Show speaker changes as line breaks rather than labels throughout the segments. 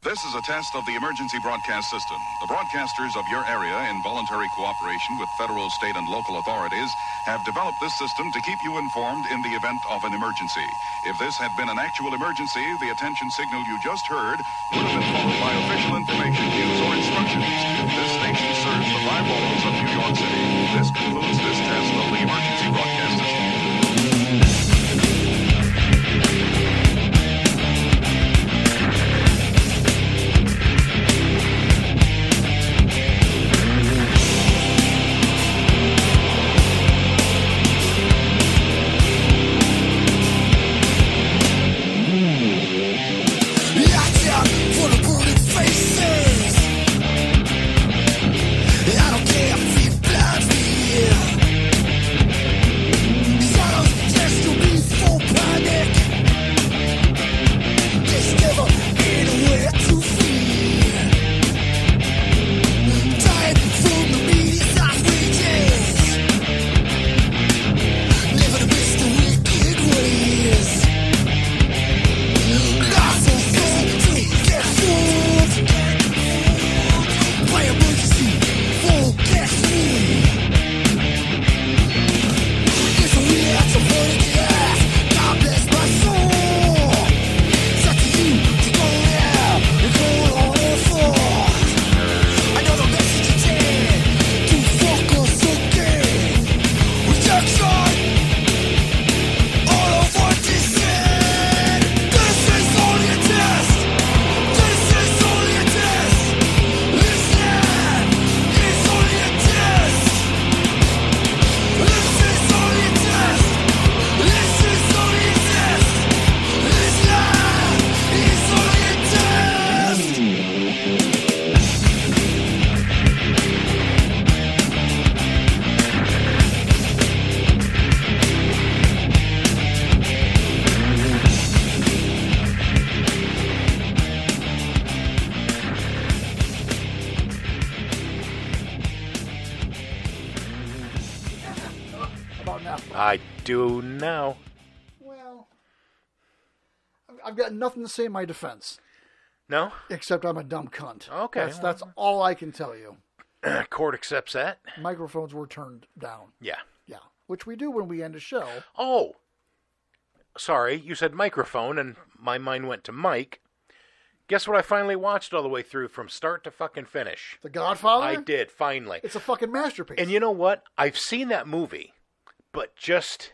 This is a test of the emergency broadcast system. The broadcasters of your area, in voluntary cooperation with federal, state, and local authorities, have developed this system to keep you informed in the event of an emergency. If this had been an actual emergency, the attention signal you just heard would have been followed by official information, cues, or instructions. This station serves the five boroughs of New York City. This concludes this test of the emergency broadcast system.
Watch out for the burning faces. I don't care if he blinds me. Sounds just to be for panic. There's never anywhere to flee. Dying from the media's wages. Never to miss the wicked ways. Rejection! All of what is said. This is only a test. This is only a test. Listen, it's only a test. This is only a test. This is only a test. Listen, it's only a test.
About now.
I do now.
Well, I've- I've got nothing to say in my defense
No?
except I'm a dumb cunt.
Okay,
that's,
well-
that's all I can tell you.
Court accepts that?
Microphones were turned down.
Yeah.
Yeah, which we do when we end a show.
Oh! Sorry, you said microphone, and my mind went to Mike. Guess what I finally watched all the way through from start to fucking finish?
The Godfather.
I did, finally.
It's a fucking masterpiece.
And you know what? I've seen that movie, but just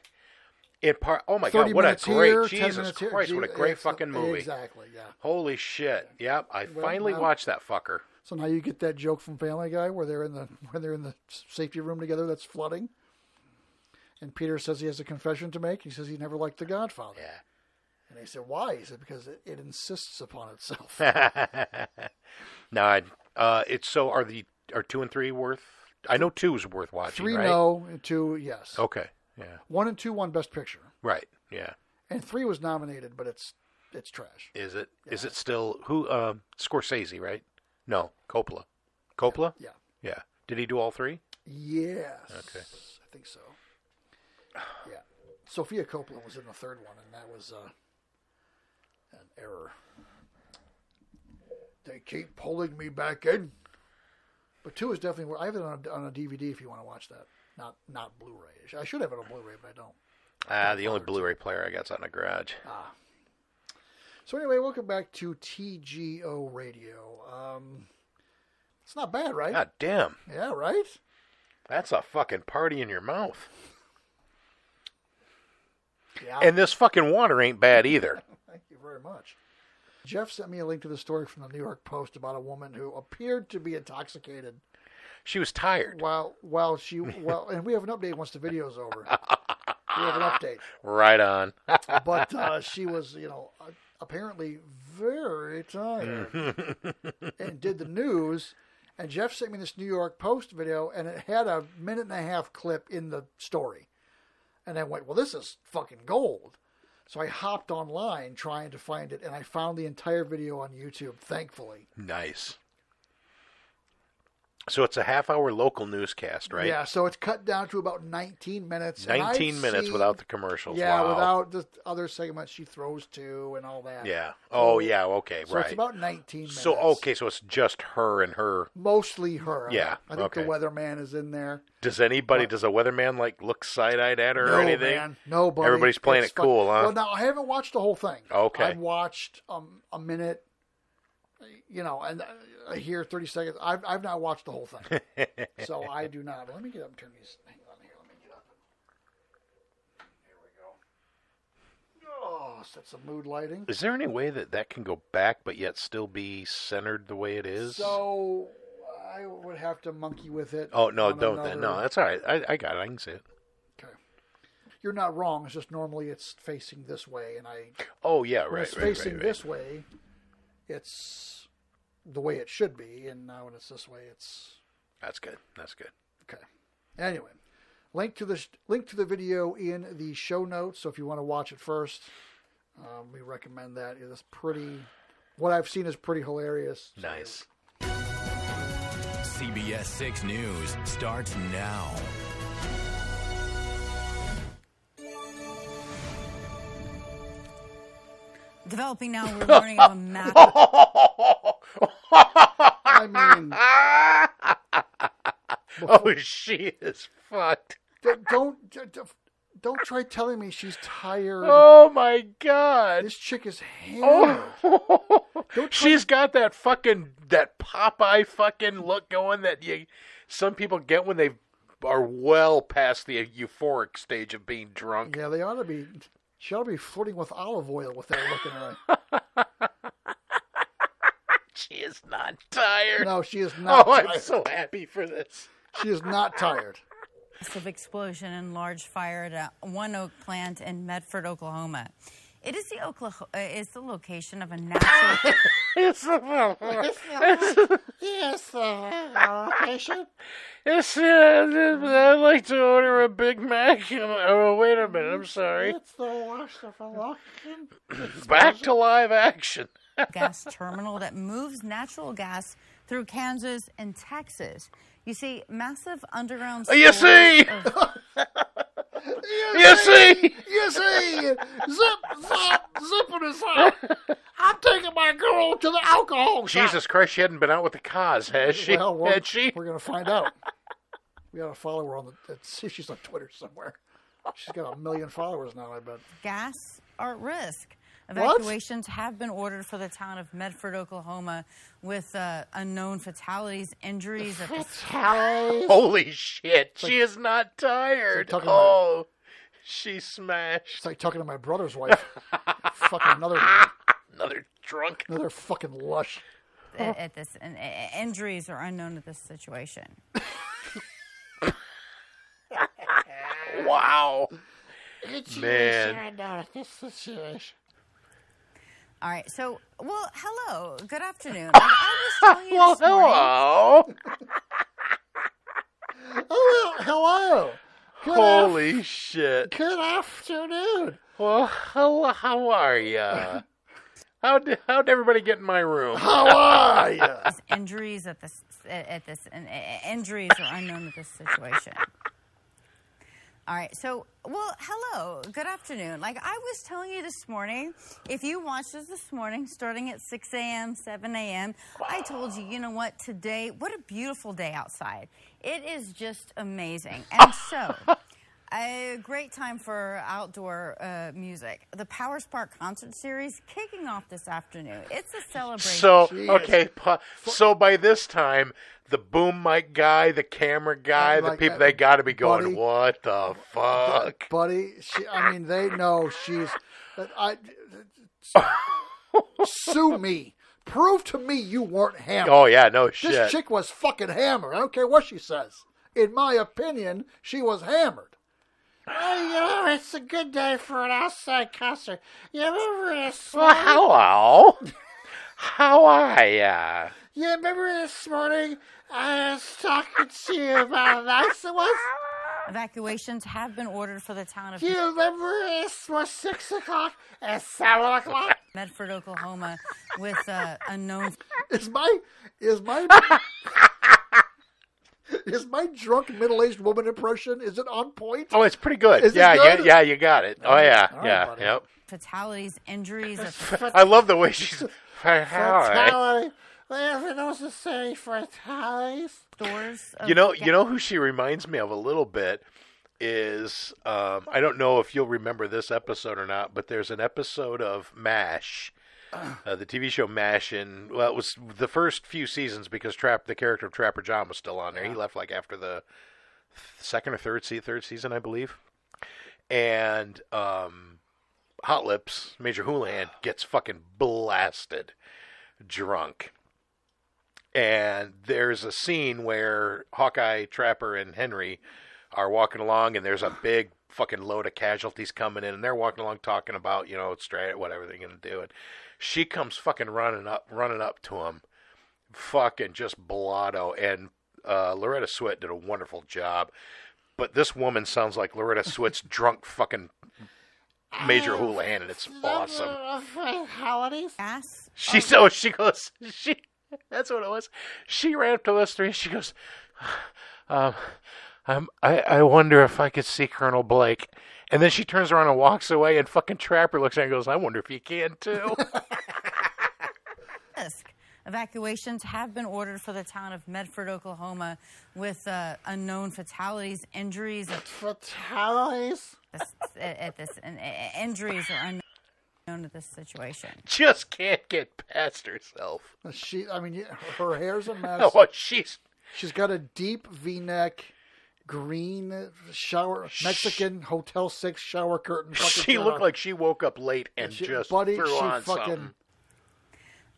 in part. Oh my
30
god! What a
minutes
great
here, 10
Jesus
minutes here.
Christ! What a
Gee,
great
it's the-
fucking movie!
Exactly. Yeah.
Holy shit! Yep, I
Well,
finally
now-
watched that fucker.
So now you get that joke from Family Guy where they're in the where they're in the safety room together that's flooding, and Peter says he has a confession to make. He says he never liked The Godfather,
Yeah.
and they said why? He said because it, it insists upon itself.
no, I, uh, it's so. Are the are two and three worth? I know two's worth watching.
Three
right? Oh.
no and two yes.
Okay. Yeah.
One and two won Best Picture,
Right. Yeah.
and three was nominated, but it's it's trash.
Is it? Is it still who? Uh, Scorsese, right? No, Coppola. Coppola.
Yeah.
Yeah. Did he do all three?
Yes.
Okay.
I think so. Yeah. Sophia Copeland was in the third one, and that was uh, an error. They keep pulling me back in. But two is definitely. wor- I have it on a, on a DVD if you want to watch that. Not not Blu-ray. I should have it on Blu-ray, but I don't.
Ah, the only Blu-ray player I got's out in the garage.
Uh. So anyway, welcome back to TGO Radio. Um, it's not bad, right?
God damn.
Yeah, right.
That's a fucking party in your mouth.
Yeah.
And this fucking water ain't bad either.
Thank you very much. Jeff sent me a link to the story from the New York Post about a woman who appeared to be intoxicated
She was tired.
while while she well, and we have an update once the video's over. We have an update,
Right on.
but uh, she was you know uh, apparently very tired and did the news. And Jeff sent me this New York Post video, and it had a minute and a half clip in the story. And I went, well, this is fucking gold. So I hopped online trying to find it, and I found the entire video on YouTube, thankfully.
Nice. So it's a half hour local newscast, right?
Yeah, so it's cut down to about 19 minutes. and I've
19 minutes
seen-
without the commercials.
Yeah,
wow.
without the other segments she throws to and all that.
Yeah. Oh, yeah. Okay.
So
right.
it's about 19 minutes.
so okay. So it's just her and her.
Mostly her.
Yeah,
I think
okay.
the weatherman is in there.
Does anybody? Does a weatherman like look side eyed at her or anything?
man. No, buddy.
Everybody's playing
It's
it cool, huh?
Well, now I haven't watched the whole thing.
Okay.
I've watched um, a minute, you know, and I- I hear 30 seconds. I've, I've not watched the whole thing. so I do not. Let me get up and turn these. Hang on here. Let me get up. Here we go. Oh, set some mood lighting.
Is there any way that that can go back but yet still be centered the way it is?
So I would have to monkey with it.
oh no,
on
don't then. No,
another-
that's all right. I, I got it. I can see it.
Okay. You're not wrong. It's just normally it's facing this way, and I
Oh yeah,
when
right,
it's
right,
facing
right, right.
this way, it's the way it should be, and now when it's this way, it's
That's good. That's good.
okay. Anyway, link to the link to the video in the show notes. So if you want to watch it first, um, we recommend that. It's pretty. What I've seen is pretty hilarious.
Nice.
CBS 6 News starts now.
Developing now, we're learning of a massive
I mean,
Oh, she is fucked.
d- don't d- d- don't try telling me she's tired.
Oh my god.
This chick is hammered.
She's got that fucking that Popeye fucking look going that you some people get when they are well past the euphoric stage of being drunk.
Yeah, they ought to be. She ought to be flirting with olive oil with that look in her eye.
She is not tired.
No, she is not.
oh, I'm
tired.
so happy for this.
She is not tired.
explosion and large fire at a one oak plant in Medford, Oklahoma. It is the Oklahoma uh, is the location of a natural
It's the
Yes, uh, patient.
it's, uh, I'd like to order a Big Mac. and- Oh, wait a minute. I'm sorry.
the wash of a lock.
Back to live action.
gas terminal that moves natural gas through Kansas and Texas. You see, massive underground.
You
stores
see?
of-
You see?
You see, zip, zip, zipping us up. I'm taking my girl to the alcohol shop.
Jesus Christ, she hadn't been out with the cause, has she?
Well, we're,
had she?
we're gonna find out. We gotta follow her on the. let's See, if she's on Twitter somewhere. She's got a million followers now. I bet.
gas are at risk.
What?
Evacuations have been ordered for the town of Medford, Oklahoma, with uh, unknown fatalities, injuries at the
Holy shit, she is not tired.
talking about-
oh, she smashed
It's like talking to my brother's wife. fucking another,
another drunk.
another fucking lush.
at, at this and, uh, injuries are unknown at this situation.
Wow. Man,
All right, so well, hello, good afternoon. Like, I was telling you
well,
this morning-
hello.
Oh, hello. Good af-
Holy shit.
good afternoon.
Well, hello, how are ya? How'd, how'd everybody get in my room?
How are you?
injuries at this at, at this and, uh, injuries are unknown at this situation. All right, so well, hello, good afternoon. Like I was telling you this morning, if you watched us this morning, starting at 6 a.m., 7 a.m., I told you, you know what? Today, what a beautiful day outside. It is just amazing, and so. A great time for outdoor uh, music. The Power Spark concert series kicking off this afternoon. It's a celebration.
So okay, pa- so by this time, the boom mic guy, the camera guy,
Oh
the
my
people
God.
they got to be going,
Buddy.
what the fuck?
buddy. She, I mean, they know she's. that I sue me. Prove to me you weren't hammered.
Oh yeah, no shit.
this chick was fucking hammered. I don't care what she says. In my opinion, she was hammered. Oh, it's a good day for an outside concert. You remember this?
well, hello. How are ya?
You remember this morning? I was talking to you about nice it was.
Evacuations have been ordered for the town of
You remember this was six o'clock and seven o'clock.
Medford, Oklahoma, with uh, unknown
Is my is my Is my drunk middle aged woman impression is it on point?
Oh, it's pretty good.
Is it
yeah, yeah,
good?
yeah, you got it. Oh yeah,
All right,
yeah,
buddy.
yep.
fatalities, injuries. Of
I love the way she's. All right.
Fatality. Everyone knows to say fatalities.
doors. Of
You know, you know who she reminds me of a little bit is um, I don't know if you'll remember this episode or not, but there's an episode of Mash, uh, the TV show Mash, and well, it was the first few seasons because Trap, the character of Trapper John, was still on there. He left like after the second or third se- third season, I believe, and um, Hot Lips Major Houlihan gets fucking blasted drunk and there's a scene where Hawkeye, Trapper, and Henry are walking along, and there's a big fucking load of casualties coming in, and they're walking along talking about you know strat whatever they're gonna do, and she comes fucking running up, running up to him, fucking just blotto, and uh, Loretta Swit did a wonderful job, but this woman sounds like Loretta Swit's drunk fucking. Major Houlihan, and it's awesome.
gas.
She so she goes she that's what it was. She ran up to us three. She goes, um, I'm, I I wonder if I could see Colonel Blake. And then she turns around and walks away. And fucking Trapper looks at her and goes, I wonder if he can too.
risk. Evacuations have been ordered for the town of Medford, Oklahoma, with uh, unknown fatalities, injuries.
Fatalities.
At this, at this and, uh, injuries are unknown to this situation.
Just can't get past herself.
She, I mean, yeah, her hair's a mess.
Oh, she's
She's got a deep V-neck, green shower, Mexican Hotel Six shower curtain. fucking
she looked
gown.
like she woke up late and
She-
just
buddy,
threw
she
on
fucking.
something.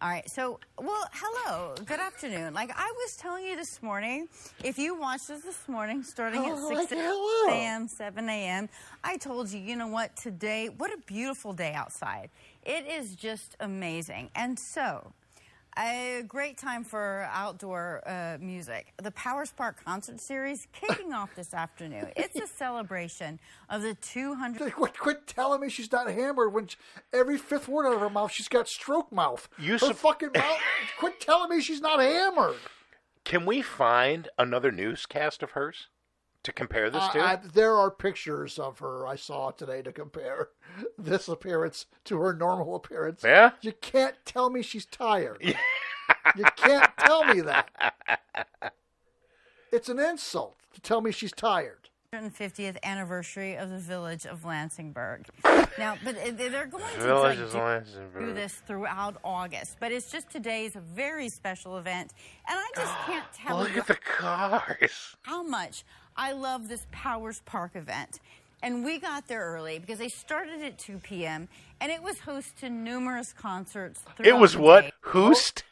All right. So, well, hello. Good afternoon. Like I was telling you this morning, if you watched us this morning, starting at 6 a.m., 7 a.m., I told you, you know what, today, what a beautiful day outside. It is just amazing. And so, a great time for outdoor uh, music. The Power Spark Concert Series kicking off this afternoon. It's a celebration of the 200.
Quit, quit telling me she's not hammered when sh every fifth word out of her mouth she's got stroke mouth.
You
her
sup-
fucking mouth. quit telling me she's not hammered.
Can we find another newscast of hers to compare this to?
Uh, I- I- there are pictures of her I saw today to compare this appearance to her normal appearance.
Yeah?
You can't tell me she's tired. you can't tell me that. It's an insult to tell me she's tired.
150th anniversary of the village of Lansingburg. Now, but uh, they're going to
Village
like,
is
do-
Lansingburg.
do this throughout August, but it's just today's a very special event, and I just can't tell
Look
you
at the cars.
how much I love this Powers Park event. And we got there early because they started at 2 p.m. and it was host to numerous concerts.
It
throughout
was
the
what?
day.
Hoost?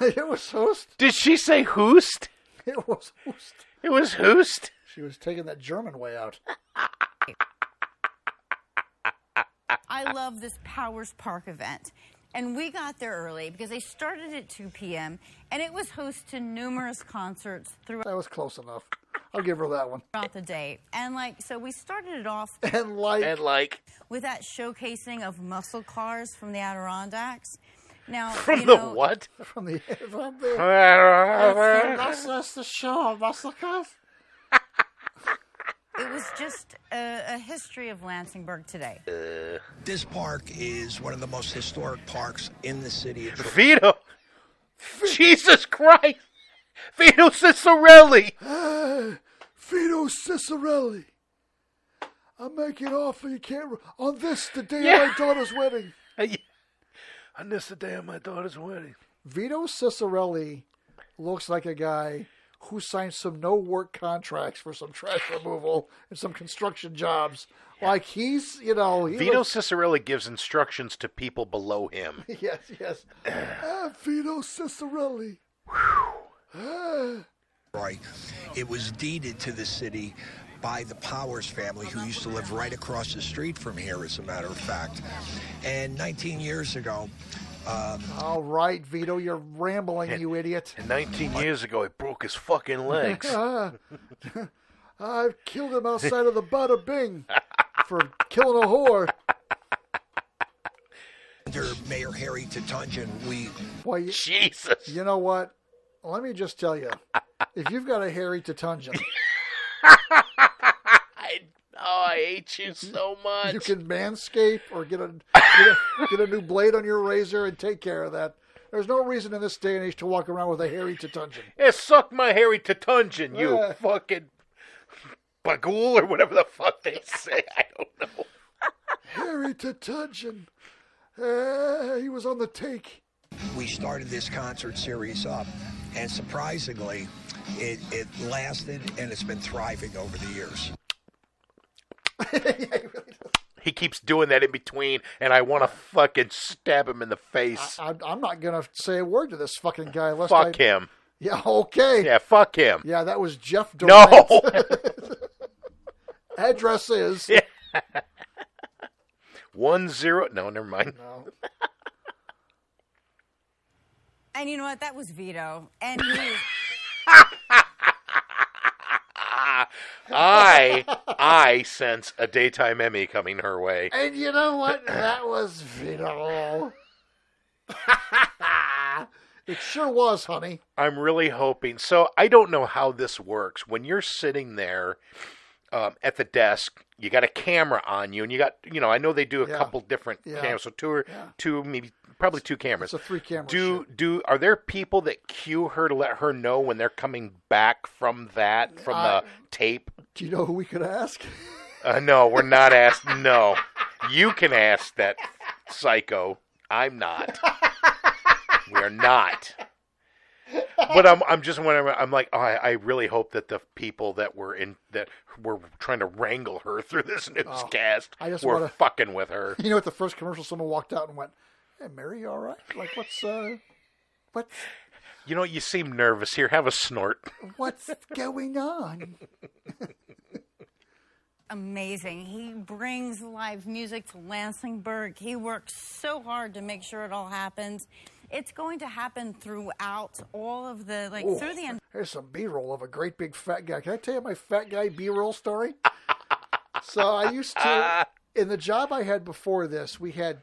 it was host.
Did she say Hoost?
It was host.
It was Hoost?
She was taking that German way out.
I love this Powers Park event. And we got there early because they started at 2 p.m. and it was host to numerous concerts throughout
That was close enough. I'll give her that one.
the day. And like, so we started it off
And like,
And like
with that showcasing of muscle cars from the Adirondacks. Now,
from
you
the
know,
what?
from the from the
That's
the show, muscle cars.
It was just a, a history of Lansingburg today.
This park is one of the most historic parks in the city of Troy.
Vito. Jesus Christ. Vito Cicerelli.
Vito Cicerelli. I'm making an offer you can't re- on this the day
Yeah.
of my daughter's wedding.
I missed the day of my daughter's wedding.
Vito Cicerelli looks like a guy who signed some no work contracts for some trash removal and some construction jobs. Like he's, you know, he
Vito
looks-
Cicerelli gives instructions to people below him.
yes, yes. ah, Vito Cicerelli.
It was deeded to the city by the Powers family, who used to live right across the street from here, as a matter of fact. And 19 years ago,
All right, Vito, you're rambling, you idiot. Ah,
And 19 years ago, he broke his fucking legs.
I've killed him outside of the Bada Bing for killing a whore.
under Mayor Harry Tatunjan, we
Why, you-
Jesus.
You know what? Let me just tell you, if you've got a Harry Tatunja,
I oh, I hate you so much.
you can manscape or get a, get a get a new blade on your razor and take care of that. There's no reason in this day and age to walk around with a Harry Tatunja.
Yeah, suck my hairy tatunjan, you
Yeah.
fucking bagool or whatever the fuck they say. I don't know.
Harry Tatunjan. Uh, he was on the take.
we started this concert series up, and surprisingly, it, it lasted and it's been thriving over the years.
He keeps doing that in between, and I want to fucking stab him in the face.
I, I'm not gonna say a word to this fucking guy unless I.
fuck him.
Yeah. Okay.
Yeah, fuck him.
Yeah, that was Jeff Durant.
No.
Address is.
One zero. No, never mind.
No.
And you know what? That was Vito. And he,
I I sense a daytime Emmy coming her way.
And you know what? That was Vito. it sure was, honey.
I'm really hoping. So I don't know how this works. When you're sitting there um, at the desk, you got a camera on you, and you got you know I know they do a
Yeah.
couple different
Yeah.
cameras, so two or two maybe probably two cameras.
It's a three camera.
do do are there people that cue her to let her know when they're coming back from that
Uh,
from the tape?
Do you know who we could ask?
Uh, no, we're not asked. No, you can ask that psycho. I'm not. We're not. But I'm I'm just wondering. I'm like, oh, I, I really hope that the people that were in that were trying to wrangle her through this newscast
Oh, I just
were
wanna-
fucking with her.
You know, at the first commercial, someone walked out and went, "Hey, Mary, you all right? Like, what's uh, what's
You know, you seem nervous here. Have a snort.
what's going on?"
amazing. He brings live music to Lansingburg. He works so hard to make sure it all happens. It's going to happen throughout all of the like through the
Here's some B-roll of a great big fat guy. Can I tell you my fat guy B-roll story? so I used to in the job I had before this, we had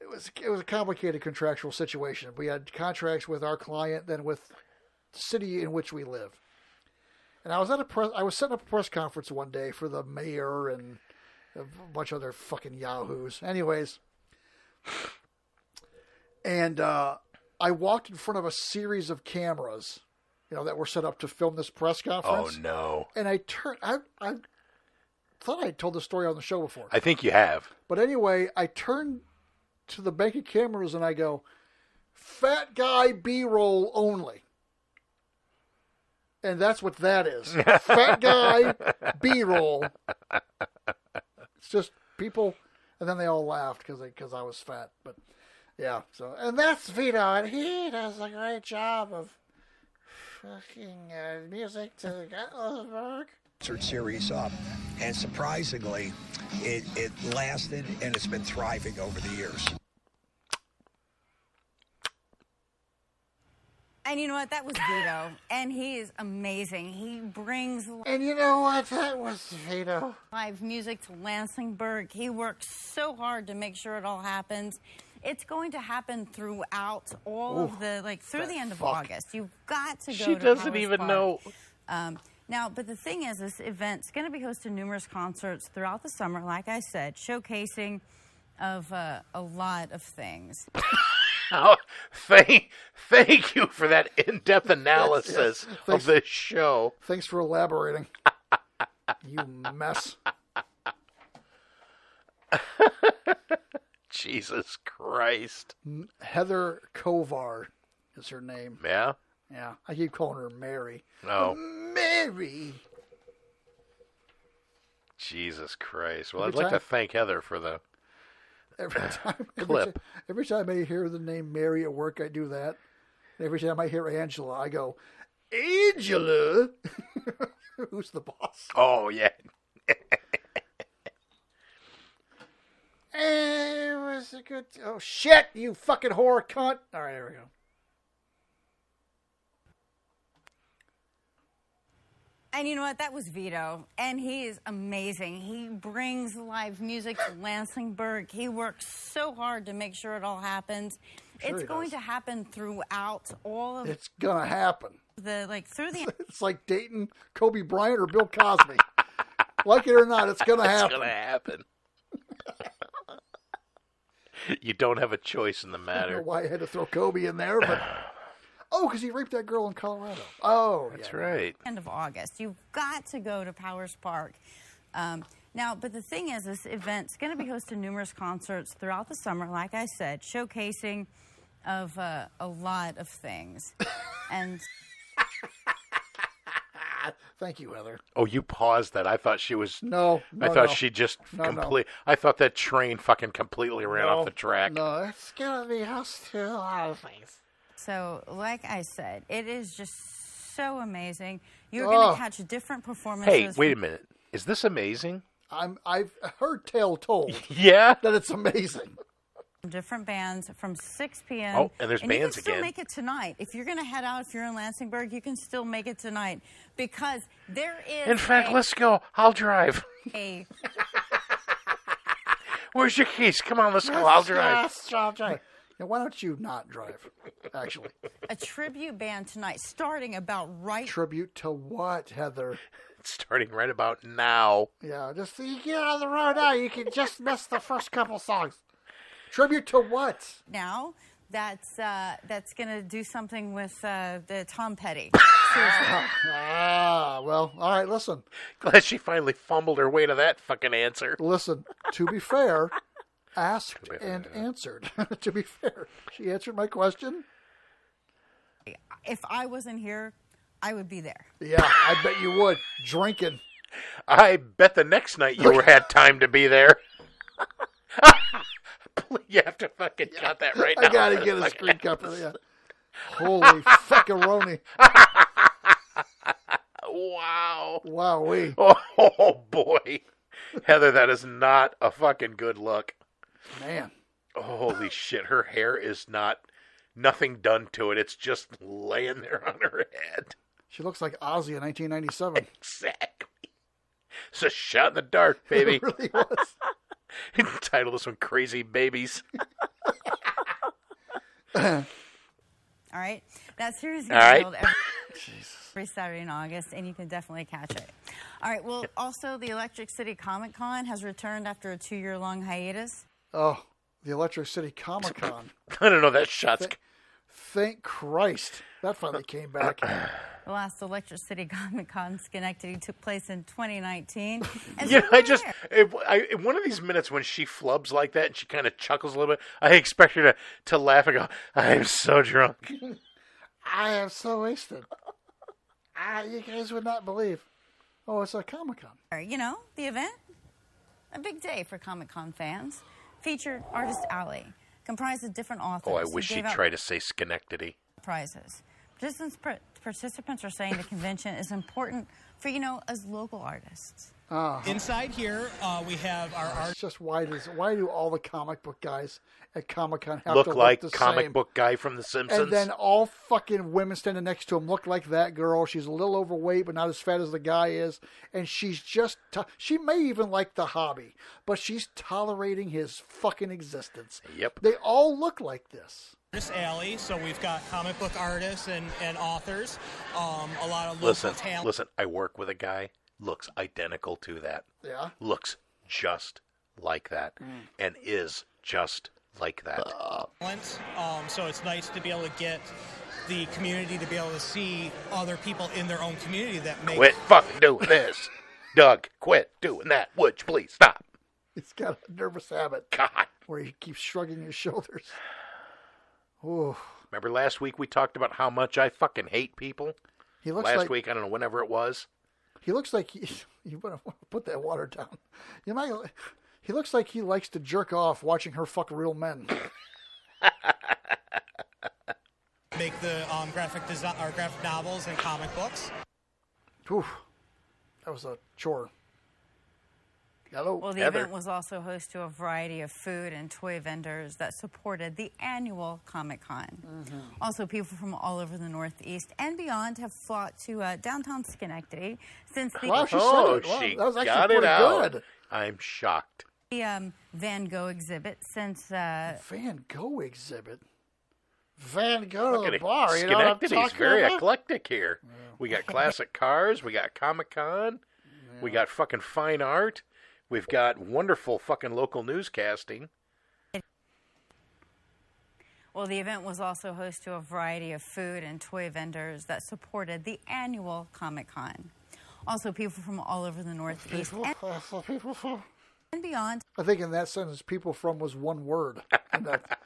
it was it was a complicated contractual situation. We had contracts with our client, then with the city in which we live. And I was at a press. I was setting up a press conference one day for the mayor and a bunch of other fucking yahoos. Anyways, and uh, I walked in front of a series of cameras, you know, that were set up to film this press
Oh
conference.
no!
And I turned. I I thought I told the story on the show before.
I think you have.
But anyway, I turn to the bank of cameras and I go, "Fat guy B-roll only," and that's what that is. Fat guy B-roll. It's just people, and then they all laughed because because I was fat. But yeah, so and that's Vito, and he does a great job of fucking uh, music to the Gatlinburg.
Concert series up, and surprisingly, it, it lasted and it's been thriving over the years.
and you know what? That was Vito. And he is amazing. He brings
And you know what? That was Vito.
live music to Lansingburg. He works so hard to make sure it all happens. It's going to happen throughout all of the like through the end of August. You've got to go.
She
to
doesn't
Powers
even
Bar.
know.
Um, now, but the thing is, this event's going to be hosting numerous concerts throughout the summer. Like I said, showcasing of uh, a lot of things.
Oh, thank, thank you for that in-depth analysis of this show.
Thanks for elaborating. you mess.
Jesus Christ.
Heather Kovar is her name.
Yeah?
Yeah. I keep calling her Mary.
No.
Mary.
Jesus Christ. Well, I'd
Every
like to
time-
thank Heather for the.
Every time every
Clip.
ti- Every time I hear the name Mary at work, I do that. Every time I hear Angela, I go, Angela. Who's the boss?
Oh, yeah.
It was a good. Oh shit! You fucking whore cunt! All right, there we go.
And you know what? That was Vito, and he is amazing. He brings live music to Lansingburg. He works so hard to make sure it all happens.
Sure
it's
he
going
does.
to happen throughout all of
It's gonna happen.
the like through the
It's like dating Kobe Bryant or Bill Cosby. like it or not, it's gonna
It's
happen.
gonna happen. you don't have a choice in the
I don't know
matter.
why I had to throw Kobe in there, but oh, because he raped that girl in Colorado. Oh,
That's
yeah.
right.
end of August. You've got to go to Powers Park. Um, now, but the thing is, this event's going to be hosting numerous concerts throughout the summer, like I said, showcasing of uh, a lot of things. and
Thank you, Heather.
Oh, you paused that. I thought she was.
No,
I
no,
thought
no.
she just
No, no.
complete. I thought that train fucking completely ran
No,
off the track.
No, it's gonna be hostile.
so, like I said, it is just so amazing. You're going
Oh.
to catch different performances.
Hey, wait a minute. Is this amazing?
I'm. I've heard tale told
Yeah.
that it's amazing.
from different bands from 6 p.m.
Oh, and there's bands
you can still
again.
make it tonight. If you're going to head out, if you're in Lansingburg, you can still make it tonight because there is.
In fact,
a-
let's go. I'll drive.
a
Where's your keys? Come on, let's go. I'll drive.
Now, why don't you not drive? Actually,
a tribute band tonight, starting about right
tribute to what, Heather?
It's starting right about now.
Yeah, just you get on the road now. You can just miss the first couple songs. Tribute to what?
now. That's uh, that's going to do something with uh, the Tom Petty.
Ah, well, all right. Listen,
Glad she finally fumbled her way to that fucking answer.
listen. To be fair, asked and answered. to be fair, she answered my question.
if I wasn't here, I would be there.
Yeah, I bet you would. Drinking.
I bet the next night you were- had time to be there. you have to fucking cut that right now.
I gotta get a screen cap of that. Holy fuckaroni.
Wow.
Wowee.
Oh boy, Heather, that is not a fucking good look.
Man.
Holy shit, her hair is not nothing done to it. It's just laying there on her head.
She looks like Ozzy in 1997.
Exactly. It's a shot in the dark, baby.
It really was.
Title this one "Crazy Babies."
All right, that series is
All
going
right.
to hold every, every Saturday in August, and you can definitely catch it. All right. Well, also the Electric City Comic Con has returned after a two-year-long hiatus.
Oh, the Electric City Comic Con.
I don't know that shot's.
Thank Christ. That finally came back.
The last Electric City Comic Con in Schenectady took place in 2019. And
You know, I
somewhere
just
there-
it, I, in one of these minutes when she flubs like that and she kind of chuckles a little bit, I expect her to, to laugh and go, "I am so drunk."
I am so wasted. Ah, you guys would not believe. Oh, it's a Comic Con.
you know, the event, a big day for Comic Con fans. Featured Artist Alley, comprised of different authors.
Oh, I
who
wish
gave
she'd
out
try to say Schenectady.
prizes. Participants, par- participants are saying the convention is important for, you know, as local artists.
Inside here, uh, we have our art.
It's just why does why do all the comic book guys at Comic Con have
Look
to
like
look the
comic
same?
book guy from The Simpsons.
And then all fucking women standing next to him look like that girl. She's a little overweight, but not as fat as the guy is. And she's just, to- she may even like the hobby, but she's tolerating his fucking existence.
Yep.
They all look like this.
artist alley. So we've got comic book artists and, and authors, um, a lot of local
listen,
talent.
listen. I work with a guy looks identical to that.
Yeah. Mm.
Looks just like that, and is just like that.
Uh,
Um, so it's nice to be able to get the community to be able to see other people in their own community that make
quit fucking doing this, Doug. Quit doing that. Would you please stop?
He's got a nervous habit
God.
where he keeps shrugging his shoulders. Ooh.
Remember last week we talked about how much I fucking hate people?
He looks
last
like
week, I don't know, whenever it was.
he looks like he, you better put that water down. You might. He looks like he likes to jerk off watching her fuck real men.
make the um, graphic design or graphic novels and comic books.
Whew. That was a chore. Hello.
Well, the
Heather.
event was also host to a variety of food and toy vendors that supported the annual Comic Con. Also, people from all over the Northeast and beyond have flocked to uh, downtown Schenectady since the.
Wow, she said
oh,
it. Wow,
she
that was actually
got it
pretty
out.
good.
I'm shocked.
the um, Van Gogh exhibit since uh,
Van Gogh exhibit. Van Gogh
Look at it.
bar. Oh, You know what I'm
Schenectady's
talking
very
about?
eclectic here. We got classic cars. We got Comic Con. We got fucking fine art. We've got wonderful fucking local newscasting.
Well, the event was also host to a variety of food and toy vendors that supported the annual Comic Con. Also, people from all over the Northeast
People, people, people from-
and beyond
I think in that sentence, people from was one word. And that,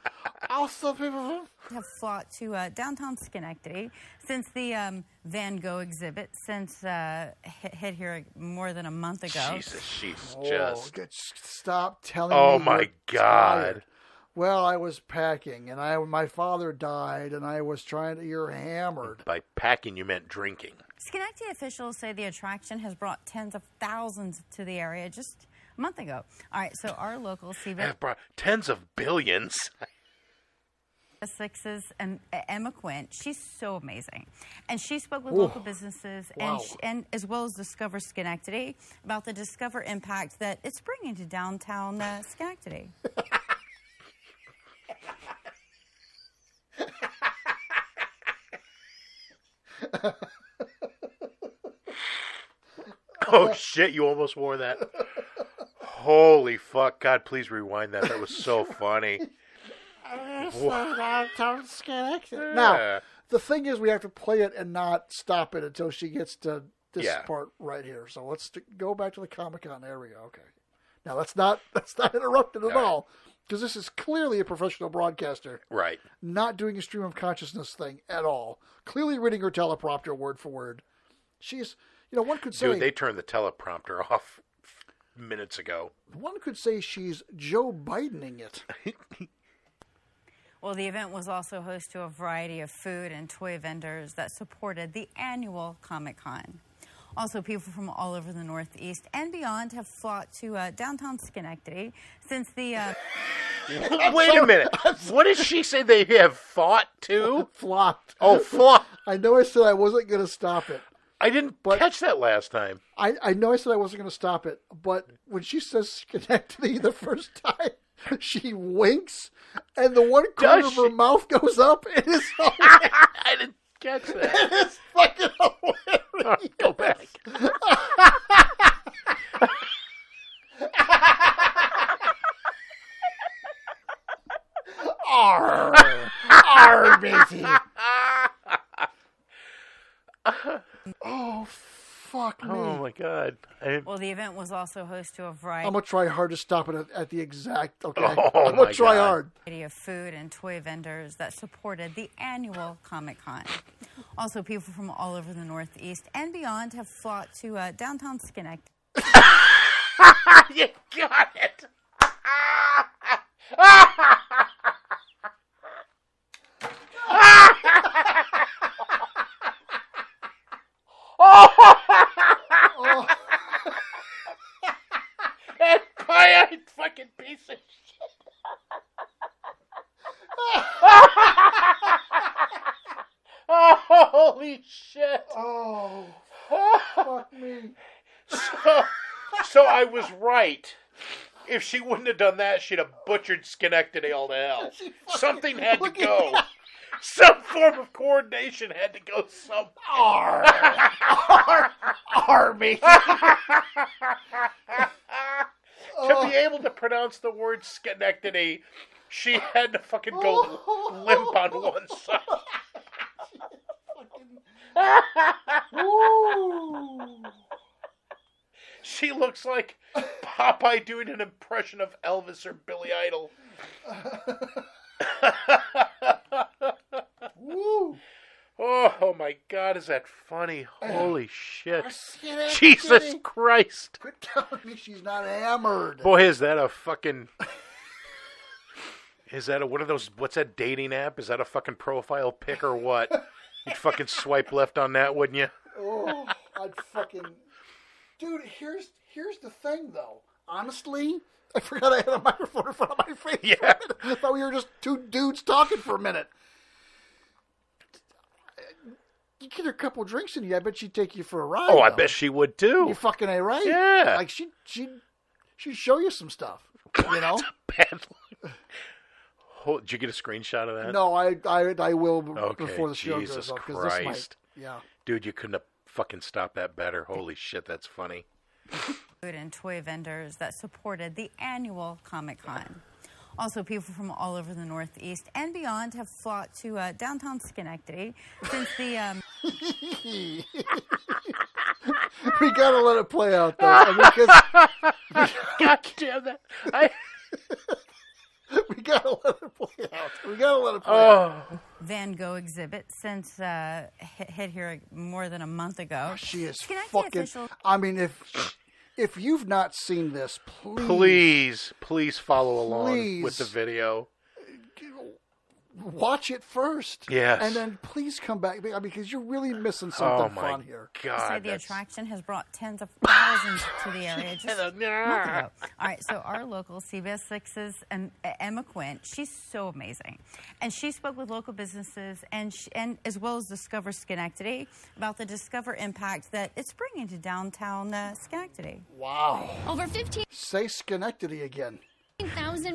also people from.
have flocked to uh, downtown Schenectady since the um, Van Gogh exhibit since uh, hit, hit here more than a month ago.
Jesus, she's
Oh,
just.
get- stop telling me.
Oh my
you're
god.
tired. Well, I was packing, and I my father died, and I was trying to. You're hammered.
By packing, you meant drinking.
Schenectady officials say the attraction has brought tens of thousands to the area just a month ago. All right, so our local CBS
That brought tens of billions.
Six's em- uh, Emma Quint, she's so amazing, and she spoke with
Ooh.
local businesses
Wow.
and sh- and as well as Discover Schenectady about the Discover impact that it's bringing to downtown uh, Schenectady.
Oh shit! You almost wore that. Holy fuck! God, please rewind that. That was so funny.
Now, the thing is, we have to play it and not stop it until she gets to this
Yeah.
part right here. So let's t- go back to the Comic Con. There we go. Okay. Now let's not let's not interrupt it at all, 'cause
right.
all because this is clearly a professional broadcaster
Right.
not doing a stream of consciousness thing at all. Clearly reading her teleprompter word for word. She's you know one could say
Dude, they turned the teleprompter off minutes ago.
one could say she's Joe Bidening it.
Well, the event was also host to a variety of food and toy vendors that supported the annual Comic Con. Also, people from all over the Northeast and beyond have flocked to uh, downtown Schenectady since the. Uh,
Wait a minute. What did she say they have fought to?
Flopped.
Oh, fuck.
I know I said I wasn't going to stop it.
I didn't
But-
catch that last time.
I, I know I said I wasn't going to stop it, but when she says Schenectady the first time, she winks, and the one corner
Does
of her
she?
mouth goes up. It is,
I didn't catch that.
it is fucking
All
hilarious.
right, go back.
Arr, arr, matey. oh, fuck me.
Oh my god. I,
well, the event was also host to a variety.
I'm going to try hard to stop it at, at the exact. Okay.
Oh,
I'm going
my
to try
God.
hard.
variety of food and toy vendors that supported the annual Comic Con. Also, people from all over the Northeast and beyond have flocked to uh, downtown Schenectady.
you got it. That pie, fucking piece of shit. oh, holy shit.
Oh, fuck me.
so, so I was right. If she wouldn't have done that, she'd have butchered Schenectady all to hell. Something had to
look at
go. Some form of coordination had to go somewhere.
Army. Oh.
to be able to pronounce the word Schenectady, she had to fucking go limp on one side. She looks like Popeye doing an impression of Elvis or Billy Idol.
Woo.
Oh, oh my God, is that funny? Holy shit.
Schenectady.
Jesus Christ.
Quit telling me she's not hammered.
Boy, is that a fucking. Is that a, one of those? What's that dating app? Is that a fucking profile pic or what? You'd fucking swipe left on that, wouldn't you?
Oh, I'd fucking. Dude, here's here's the thing though. Honestly, I forgot I had a microphone in front of my face. for a
Yeah.
minute. I thought we were just two dudes talking for a minute. You get her a couple drinks in you, I bet she'd take you for a ride.
Oh, I
though.
bet she would
You
too.
fucking a right.
Yeah.
Like she she she'd show you some stuff. You know?
Bad luck. Ho- Did you get a screenshot of that?
No, I I, I will b-
Okay,
before the show
Jesus
goes up because this might.
Christ.
Yeah.
Dude, you couldn't have fucking stopped that better. Holy shit, that's funny.
food and toy vendors that supported the annual Comic Con. Also, people from all over the Northeast and beyond have flocked to uh, downtown Schenectady since the um,
We gotta let it play out though. I mean, 'cause
God damn that. I,
we gotta let it play out. We gotta let it play out.
oh.
Van Gogh exhibit since uh, hit, hit here more than a month ago.
She is
Schenectady
fucking.
officials-
I mean, if if you've not seen this, please,
Please, please follow along with
Please.
the video.
watch it first.
Yes.
and then please come back be- because you're really missing
Oh
something
my
fun here.
say
god.
the
Ah, that's-
attraction has brought tens of thousands to the area just a month ago. All right, so our local CBS 6's um, Emma Quinn, she's so amazing. And she spoke with local businesses and, sh and as well as Discover Schenectady about the Discover impact that it's bringing to downtown uh, Schenectady.
Wow.
Over 15,000
Say Schenectady again.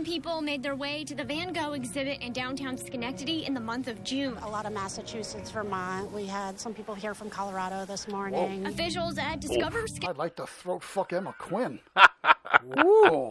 people made their way to the Van Gogh exhibit in downtown Schenectady in the month of June.
A lot of Massachusetts, Vermont. We had some people here from Colorado this morning.
Officials at Discover
I'd like to throat fuck Emma Quinn. Woo.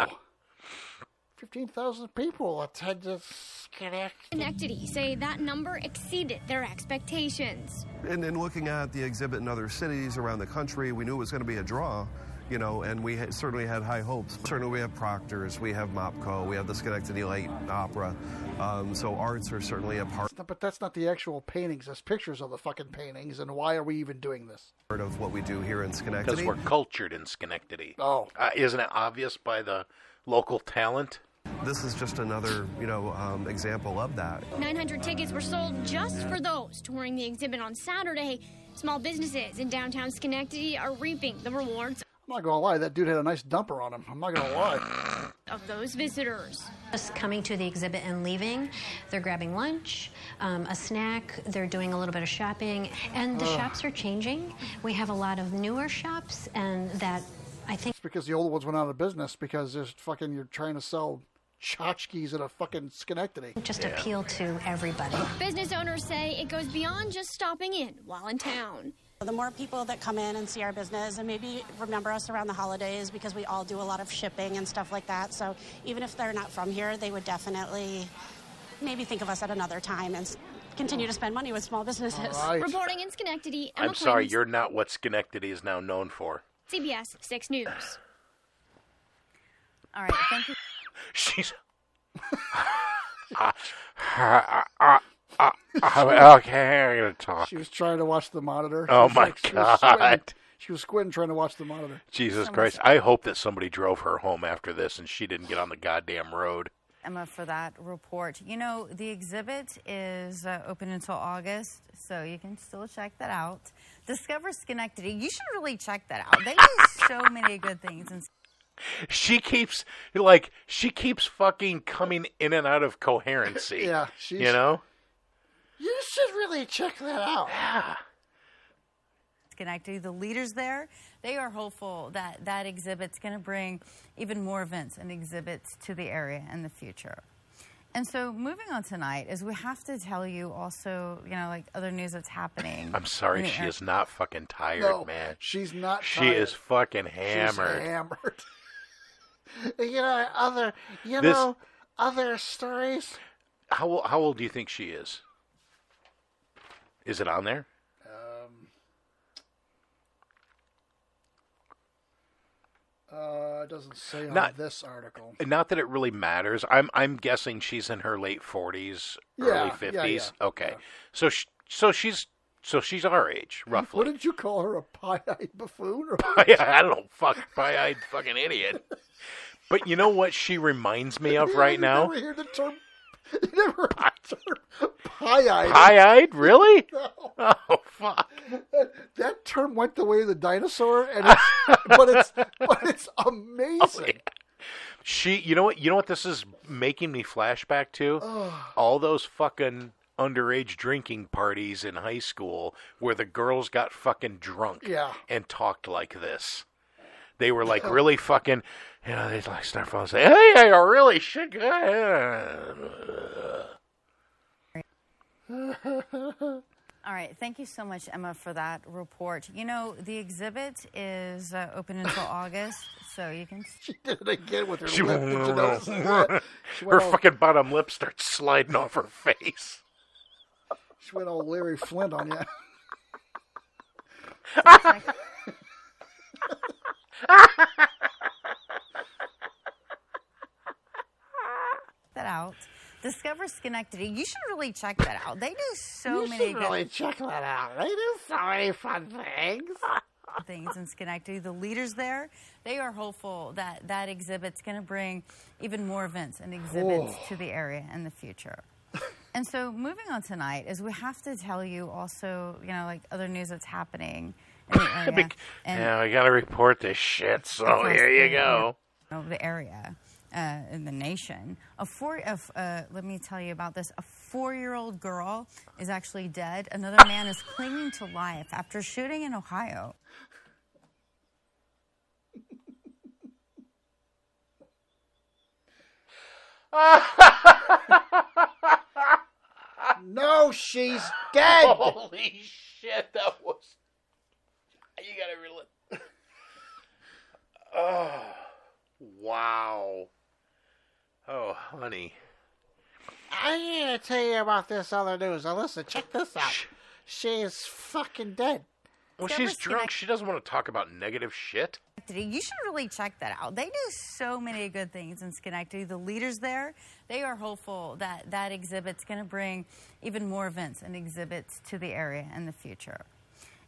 Fifteen thousand people attended Schenectady.
Schenectady say that number exceeded their expectations.
And in looking at the exhibit in other cities around the country, we knew it was going to be a draw, you know, and we had, certainly had high hopes. Certainly, we have Proctors, we have Mopco, we have the Schenectady Light Opera. Um, so arts are certainly a part
But that's not the actual paintings. That's pictures of the fucking paintings. And why are we even doing this?
of what we do here in
Because
Schenectady.
we're cultured in Schenectady.
Oh.
Uh, isn't it obvious by the local talent?
This is just another, you know, um, example of that.
900 tickets were sold just for those touring the exhibit on Saturday. Small businesses in downtown Schenectady are reaping the rewards
I'm not gonna lie. That dude had a nice dumper on him. I'm not gonna lie.
of those visitors.
Just coming to the exhibit and leaving, they're grabbing lunch, um, a snack, they're doing a little bit of shopping, and the shops are changing. We have a lot of newer shops, and that I think
It's because the old ones went out of business because there's fucking you're trying to sell tchotchkes at a fucking Schenectady.
just appeal to everybody.
Business owners say it goes beyond just stopping in while in town.
The more people that come in and see our business, and maybe remember us around the holidays because we all do a lot of shipping and stuff like that. So even if they're not from here, they would definitely maybe think of us at another time and s- continue to spend money with small businesses.
Right.
Reporting in Schenectady, Emma
I'm sorry,
Quinn,
you're not what Schenectady is now known for.
CBS 6 News.
All right, thank you.
She's. okay, I'm gonna talk.
She was trying to watch the monitor.
Oh
She was
my
she was squinting.
God.
She was squinting trying to watch the monitor.
Jesus Christ! I hope that somebody drove her home after this and she didn't get on the goddamn road.
Emma, for that report. You know, the exhibit is uh, open until August, so you can still check that out. Discover Schenectady. You should really check that out. They do so many good things in
She keeps like she keeps fucking coming in and out of coherency.
Yeah, she's-
you know.
You should really check that out.
Schenectady. The leaders there, they are hopeful that that exhibit's going to bring even more events and exhibits to the area in the future. And so, moving on tonight is we have to tell you also, you know, like other news that's happening.
I'm sorry,
in the
she
area.
is not fucking tired,
No,
man.
she's not.
She
tired.
is fucking
She's
hammered.
hammered. you know other. You
This-
know other stories.
How ol- how old do you think she is? Is it on there?
Uh, it doesn't say on
Not-
this article.
Not that it really matters. I'm I'm guessing she's in her late 40s,
Yeah,
early
yeah,
50s.
yeah,
okay. So sh so she's so she's our age
What
roughly.
did you call her? A pie-eyed buffoon? Or
I don't know, fuck pie-eyed fucking idiot. But you know what she reminds me of right
you
now?
Never hear the term. You never heard the term pie-eyed.
Pie-eyed, really? Oh fuck.
that term went the way of the dinosaur, and it's, but it's but it's
Oh,
amazing.
She, you know what? You know what this is making me flashback to? All those fucking underage drinking parties in high school where the girls got fucking drunk
Yeah. Oh.
and talked like this. They were like really fucking, you know, they'd like start falling and say, hey, I really should go.
right. Thank you so much, Emma, for that report. You know, the exhibit is uh, open until August, so you can. She
did it again with her
She,
lip. Did you notice
her
that? She went all-
fucking bottom lip starts sliding off her face.
She went all Larry Flint on you.
that out. Discover Schenectady. You should really check that out. They do so
You
many.
should really check that out. They do so many fun
things. Things in Schenectady. The leaders there, they are hopeful that that exhibit's going to bring even more events and exhibits
Oh.
to the area in the future. and so, moving on tonight is we have to tell you also, you know, like other news that's happening in the area. and
yeah, I gotta report this shit. So
across
here you
the,
go.
know, the area uh, in the nation. A four. Of, uh, let me tell you about this. A four-year-old girl is actually dead. Another man is clinging to life after shooting in Ohio.
no, she's dead.
Holy shit, that was. You gotta really. Oh, wow. Oh, honey.
I need to tell you about this other news. Now listen, check this out. She is fucking dead.
Well, she's drunk. She doesn't want to talk about negative shit.
Schenectady. You should really check that out. They do so many good things in Schenectady. The leaders there, they are hopeful that that exhibit's going to bring even more events and exhibits to the area in the future.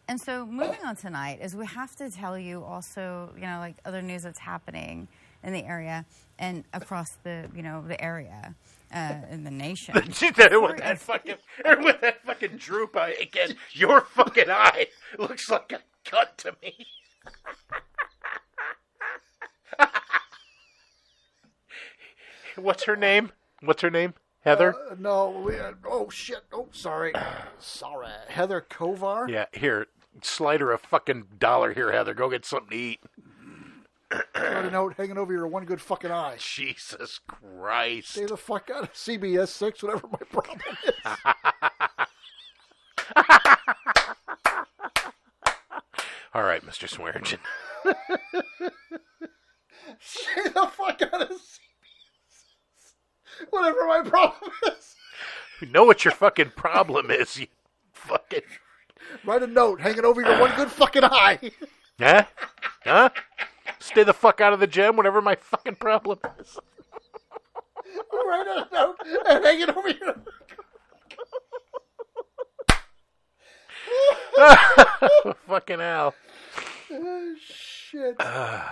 And so, moving on tonight is we have to tell you also, you know, like other news that's happening in the area and across the, you know, the area uh, in the nation.
She did it with that fucking with that fucking droop eye again. Your fucking eye looks like a cut to me. What's her name? What's her name? Heather.
Uh, no, we, uh, oh shit. Oh, sorry. sorry. Heather Kovar.
yeah, here, slide her a fucking dollar here, Heather. Go get something to eat.
Got a note hanging over your one good fucking eye.
Jesus Christ.
Stay the fuck out of CBS six, whatever my problem is.
Ah.
All right, Mr. Swearingen.
Stay the fuck out of CBS. Whatever my problem is.
You know what your fucking problem is, you fucking.
Write a note hanging over your one good fucking eye.
Huh? Huh? Stay the fuck out of the gym, whatever my fucking problem is.
Write a note and hang it over your.
fucking hell.
Oh, shit.
uh,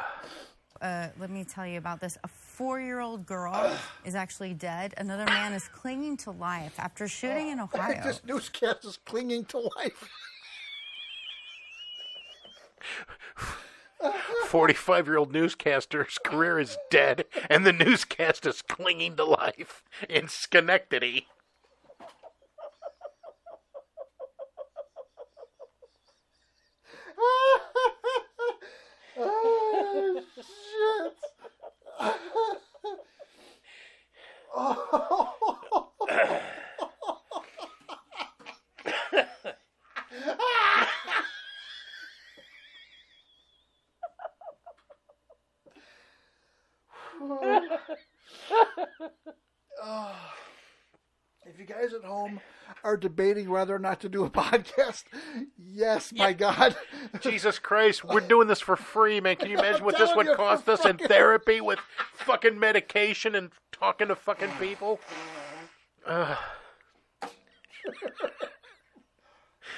let me tell you about this. A four year old girl is actually dead. Another man is clinging to life after shooting in Ohio.
this newscast is clinging to life.
45 year old newscaster's career is dead, and the newscast is clinging to life in Schenectady.
oh, shit. oh.
Oh. If you guys at home are debating whether or not to do a podcast, yes, my God.
Jesus Christ, we're doing this for free, man. Can you imagine what this
telling
would
you,
cost us in
fucking-
therapy with fucking medication and talking to fucking people? Ugh.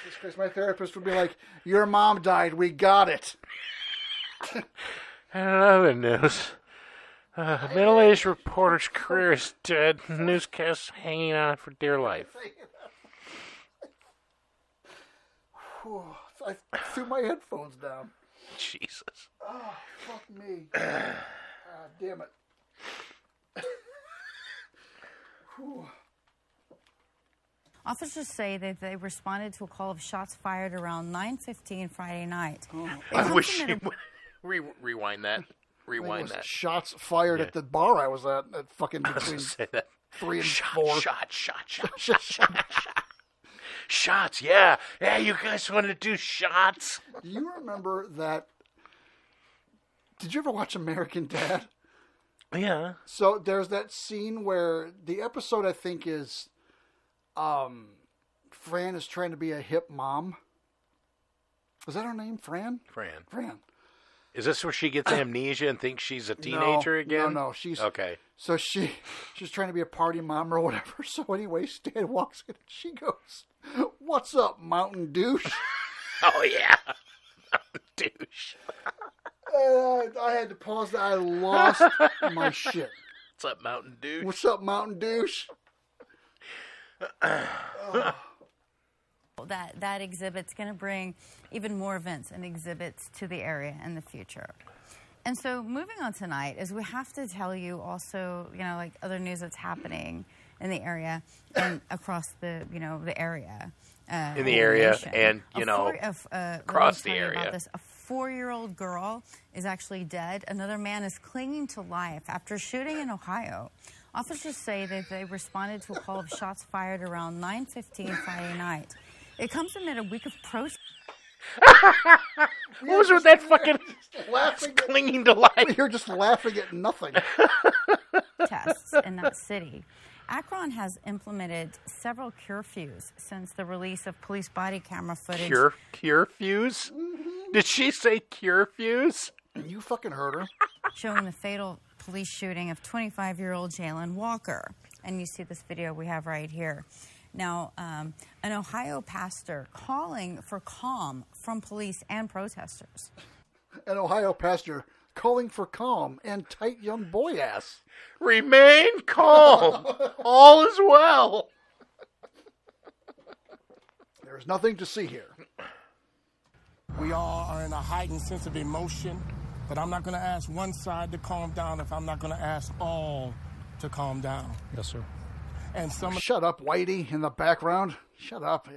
Jesus Christ, my therapist would be like, Your mom died. We got it.
And in other news, uh, middle aged reporter's career is dead. Newscast hanging on for dear life.
Whew, Oh, I threw my headphones down.
Jesus.
Oh, fuck me. ah, damn it. Whew.
Officers say that they responded to a call of shots fired around 9:15 Friday night.
Oh, I wish she would. Re- rewind that.
I think it
Rewind
was
that.
Shots fired at the bar I was at, at fucking
I was
between
gonna say that.
three and
shot,
four.
Shot, shot, shot,
shot, shot,
shots. Yeah, yeah. You guys want to do shots?
Do you remember that? Did you ever watch American Dad?
Yeah.
So there's that scene where the episode I think is, um, Fran is trying to be a hip mom. Is that her name, Fran?
Fran.
Fran.
Is this where she gets amnesia and thinks she's a teenager again?
no, she's-
okay.
So she she's trying to be a party mom or whatever. So anyway, Stan walks in and she goes, "What's up, mountain douche?"
Oh yeah, douche.
And I, I had to pause. That. I lost my shit.
What's up, Mountain Dude?
What's up, mountain douche?
that that exhibit's going to bring even more events and exhibits to the area in the future. And so, moving on tonight is we have to tell you also, you know, like other news that's happening in the area and across the, you know, the area. Uh,
In the area
nation.
and, you
A
know,
four- a f- uh, let me
across
tell
the
you about
area.
this. A four-year-old girl is actually dead. Another man is clinging to life after shooting in Ohio. Officers say that they responded to a call of shots fired around 9:15 Friday night. It comes amid a week of protest.
What was with that fucking
laughing
clinging to life?
You're just laughing at nothing.
tests in that city. Akron has implemented several curfews since the release of police body camera footage.
Cure cure fuse?
Mm-hmm.
Did she say cure fuse?
You fucking heard her.
showing the fatal police shooting of 25 year old Jalen Walker. And you see this video we have right here. Now, um, an Ohio pastor calling for calm from police and protesters.
An Ohio pastor calling for calm and tight young boy ass.
Remain calm. All is well.
There's nothing to see here.
We all are in a heightened sense of emotion, but I'm not going to ask one side to calm down if I'm not going to ask all to calm down.
Yes, sir.
And some
shut up, Whitey, in the background. Shut up.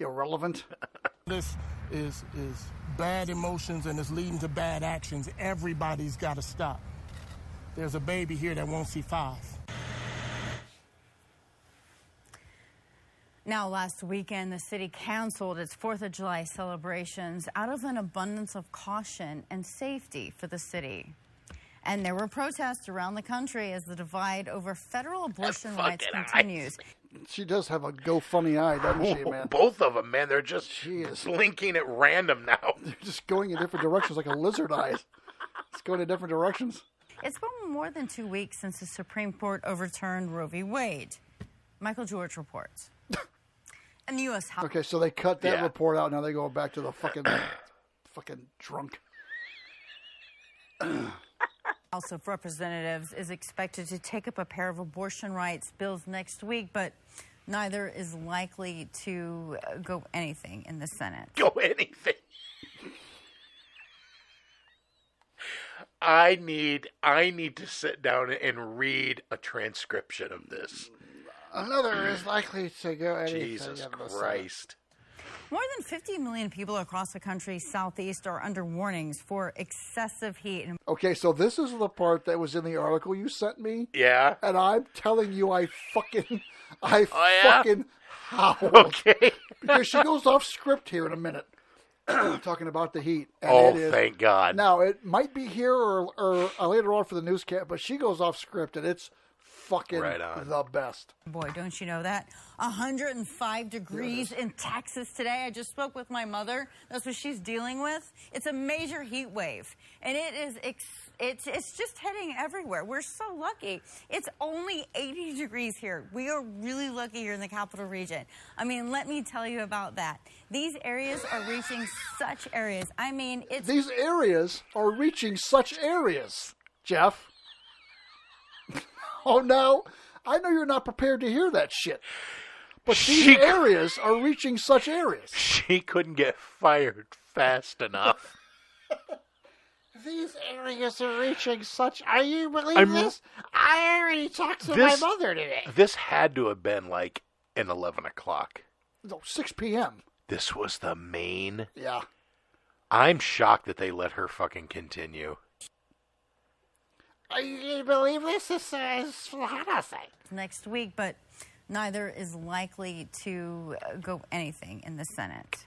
Irrelevant.
This is is bad emotions and it's leading to bad actions. Everybody's got to stop. There's a baby here that won't see five.
Now, last weekend, the city canceled its 4th of July celebrations out of an abundance of caution and safety for the city. And there were protests around the country as the divide over federal abortion rights
fucking eyes.
continues.
She does have a go funny eye, doesn't
Oh,
she, man?
Both of them, man, they're just blinking at random now.
Just going in different directions like a lizard eyes. It's going in different directions.
It's been more than two weeks since the Supreme Court overturned Roe v. Wade. Michael George reports. And the U.S. House.
Okay, so they cut that
Yeah.
report out. Now they go back to the fucking, fucking drunk.
House of Representatives is expected to take up a pair of abortion rights bills next week, but neither is likely to uh, go anything in the Senate.
Go anything. I need I need to sit down and read a transcription of this.
Another is likely to go anything.
Jesus
of the same.
Christ.
More than 50 million people across the country's southeast are under warnings for excessive heat. And
Okay, so this is the part that was in the article you sent me.
Yeah.
And I'm telling you, I fucking, I
Oh, yeah?
fucking howled.
Okay.
because she goes off script here in a minute, talking about the heat. And
Oh,
it is-
thank God.
Now it might be here or, or uh, later on for the newscast, but she goes off script and it's fucking
Right on.
the best.
boy, don't you know that? 105 degrees in Texas today. I just spoke with my mother. That's what she's dealing with. It's a major heat wave, and it is ex- it's it's just heading everywhere. We're so lucky. It's only 80 degrees here. We are really lucky here in the capital region. I mean, let me tell you about that. These areas are reaching such areas. I mean, it's
These areas are reaching such areas, Jeff. oh no, I know you're not prepared to hear that shit, but these
She-
areas are reaching such areas.
She couldn't get fired fast enough.
These areas are reaching such. Are you believe
I'm-
this? I already talked to
This-
my mother today.
This had to have been like an eleven o'clock.
No, 6 p.m.
This was the main.
Yeah.
I'm shocked that they let her fucking continue.
Are you gonna believe this? This is homicide.
next week, but neither is likely to uh, go anything in the Senate.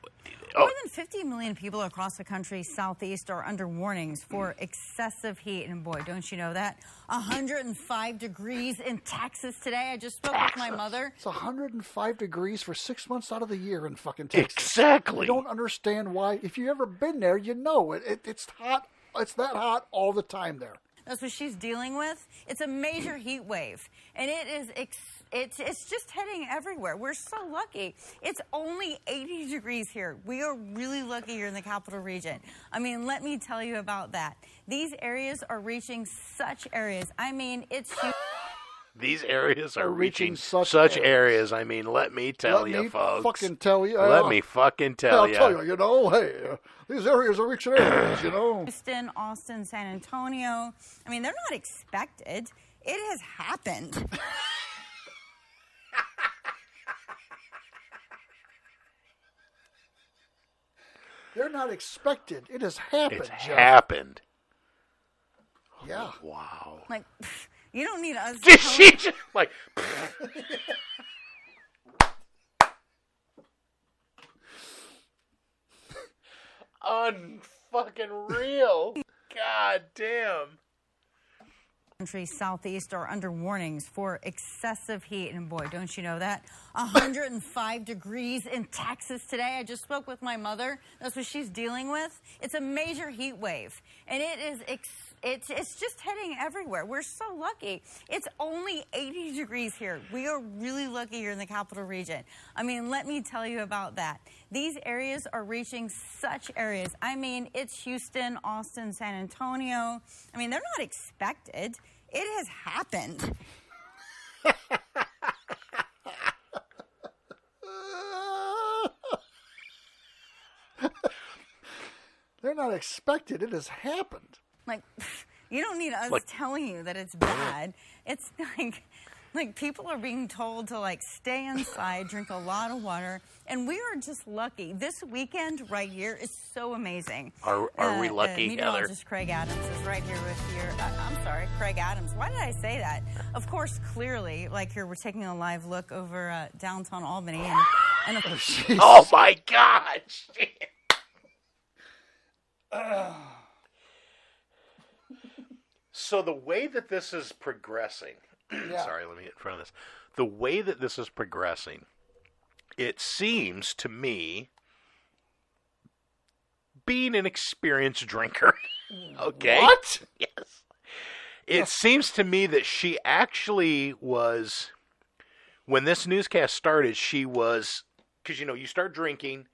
Oh.
More than 50 million people across the country southeast are under warnings for excessive heat. And boy, don't you know that? 105 degrees in Texas today. I just spoke with my mother.
It's 105 degrees for six months out of the year in fucking Texas.
Exactly.
You don't understand why. If you've ever been there, you know it. it it's hot. It's that hot all the time there.
That's what she's dealing with. It's a major heat wave, and it is ex- it's it's just heading everywhere. We're so lucky. It's only 80 degrees here. We are really lucky here in the capital region. I mean, let me tell you about that. These areas are reaching such areas. I mean, it's hu-
These areas are
They're reaching
reaching
such
such,
areas.
areas. I mean, let me tell
Let
you,
me
folks.
fucking tell you.
Let
Uh,
me fucking
I'll
tell you.
tell you, you know, hey, uh, these areas are reaching areas, you know.
Houston, Austin, San Antonio. I mean, they're not expected. It has happened.
They're not expected. It has happened.
It's
Jeff.
happened.
Yeah.
Wow.
Like, you don't need us.
Did
telling-
she just, like? Unfucking real. God damn.
country southeast are under warnings for excessive heat and boy don't you know that 105 degrees in texas today i just spoke with my mother that's what she's dealing with it's a major heat wave and it is ex- it's it's just heading everywhere we're so lucky it's only 80 degrees here we are really lucky here in the capital region i mean let me tell you about that these areas are reaching such areas i mean it's houston austin san antonio i mean they're not expected it has happened
They're not expected. It has happened.
like you don't need us
Like-
telling you that it's bad it's like like people are being told to like stay inside drink a lot of water and we are just lucky this weekend right here is so amazing
Are are we
Uh, uh,
lucky, Heather?
meteorologist Craig Adams is right here with your. Uh, I'm sorry, Craig Adams. Why did I say that? Of course, clearly, like here, we're taking a live look over uh, downtown Albany, and, and of-
Oh my God! shit. So the way that this is progressing, sorry, let me get in front of this. The way that this is progressing, it seems to me, being an experienced drinker, okay?
What?
Yes. It seems to me that she actually was, when this newscast started, she was, because you know, you start drinking,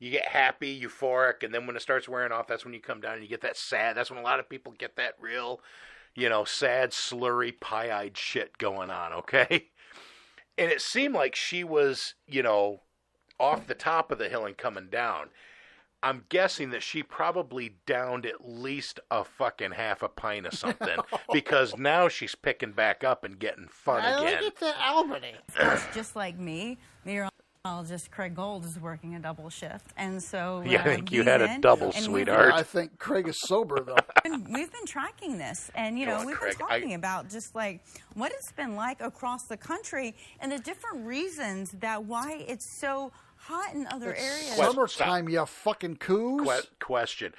you get happy, euphoric, and then when it starts wearing off, that's when you come down and you get that sad. That's when a lot of people get that real, you know, sad, slurry, pie eyed shit going on, okay? And it seemed like she was, you know, off the top of the hill and coming down. I'm guessing that she probably downed at least a fucking half a pint of something because now she's picking back up and getting fun again.
the Albany.
course, just like me, meteorologist Craig Gold is working a double shift, and so
Yeah, I
uh,
think you
we
had a
then-
double,
and we've
sweetheart.
I think Craig is sober though.
been- we've been tracking this, and you
Go
know
on,
we've
Craig.
been
I-
talking about just like what it's been like across the country and the different reasons that why it's so hot in other areas.
Summertime, you fucking coos.
que- question.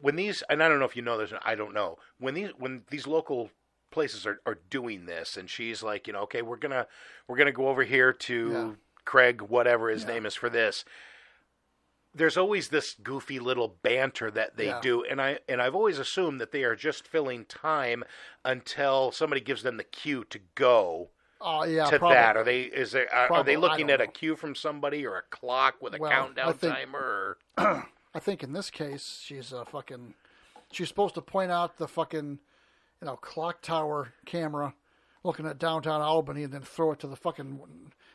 When these, and I don't know if you know this, I don't know when these when these local places are, are doing this, and she's like, you know, okay, we're gonna we're gonna go over here to
Yeah.
Craig, whatever his name is for this. There's always this goofy little banter that they
Yeah.
do, and I and I've always assumed that they are just filling time until somebody gives them the cue to go
Oh yeah,
to
probably.
that. Are they is there are, are
Probably,
they
I
looking
don't
at a cue from somebody or a clock with a
Well, I
countdown
think-
timer? Or...
I think in this case, she's a fucking. She's supposed to point out the fucking, you know, clock tower camera, looking at downtown Albany, and then throw it to the fucking.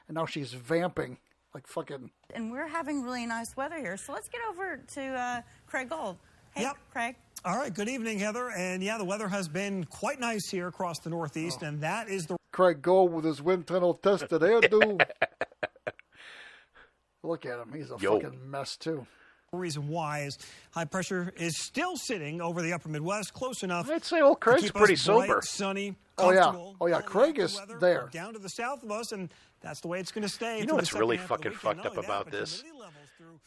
And now she's vamping like fucking.
and we're having really nice weather here. So let's get over to uh, Craig Gold. Hey, Craig.
All right, good evening, Heather. And yeah, the weather has been quite nice here across the Northeast,
Oh.
and that is the
Craig Gold with his wind tunnel tested hairdo. Look at him; he's a
Yo.
fucking mess too.
reason why is high pressure is still sitting over the upper Midwest, close enough. I'd say
old
Craig's pretty sober.
sunny,
Oh, yeah.
comfortable.
Oh, yeah. Craig is there.
Down to the south of us, and that's the way it's going to stay.
You
through the
know what's
second
really
half of the
fucking
weekend.
fucked
Not
up
only that,
about
but it's
this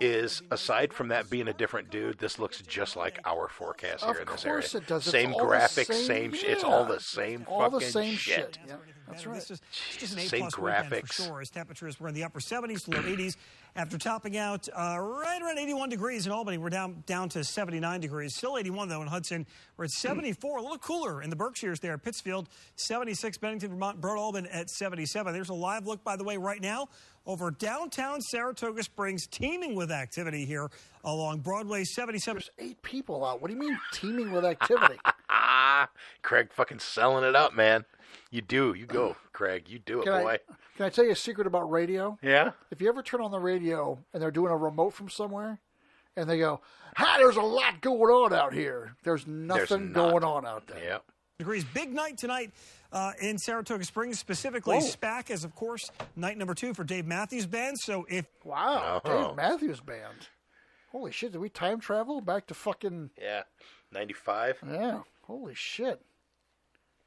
is aside from that being a different dude, this looks just like our forecast
Of
here in this area.
course it does. It's
Same
all the
graphics,
same-
same. sh- It's all
yeah.
the same.
All the
fucking
same
shit.
shit. Yeah, that's right.
This is it's just an A
Same
plus weekend
graphics.
for sure. As temperatures were in the upper 70s, to low 80s. After topping out uh, right around 81 degrees in Albany, we're down down to 79 degrees. Still 81 though in Hudson. We're at 74. A little cooler in the Berkshires there. Pittsfield 76, Bennington, Vermont, Broad Alban at 77. There's a live look by the way right now over downtown Saratoga Springs, teeming with activity here along Broadway 77.
There's eight people out. What do you mean teeming with activity?
Ah, Craig, fucking selling it up, man. You do. You go, Craig. You do it,
Can I-
boy.
Can I tell you a secret about radio?
Yeah.
If you ever turn on the radio and they're doing a remote from somewhere, and they go, "Hi, there's a lot going on out here. There's nothing going on out there."
Yep.
Degrees. Big night tonight uh, in Saratoga Springs, specifically
Whoa.
SPAC is, of course, night number two for Dave Matthews Band. So if
Wow, Dave Matthews Band. Holy shit! Did we time travel back to fucking?
Yeah. Ninety-five.
Yeah. Holy shit!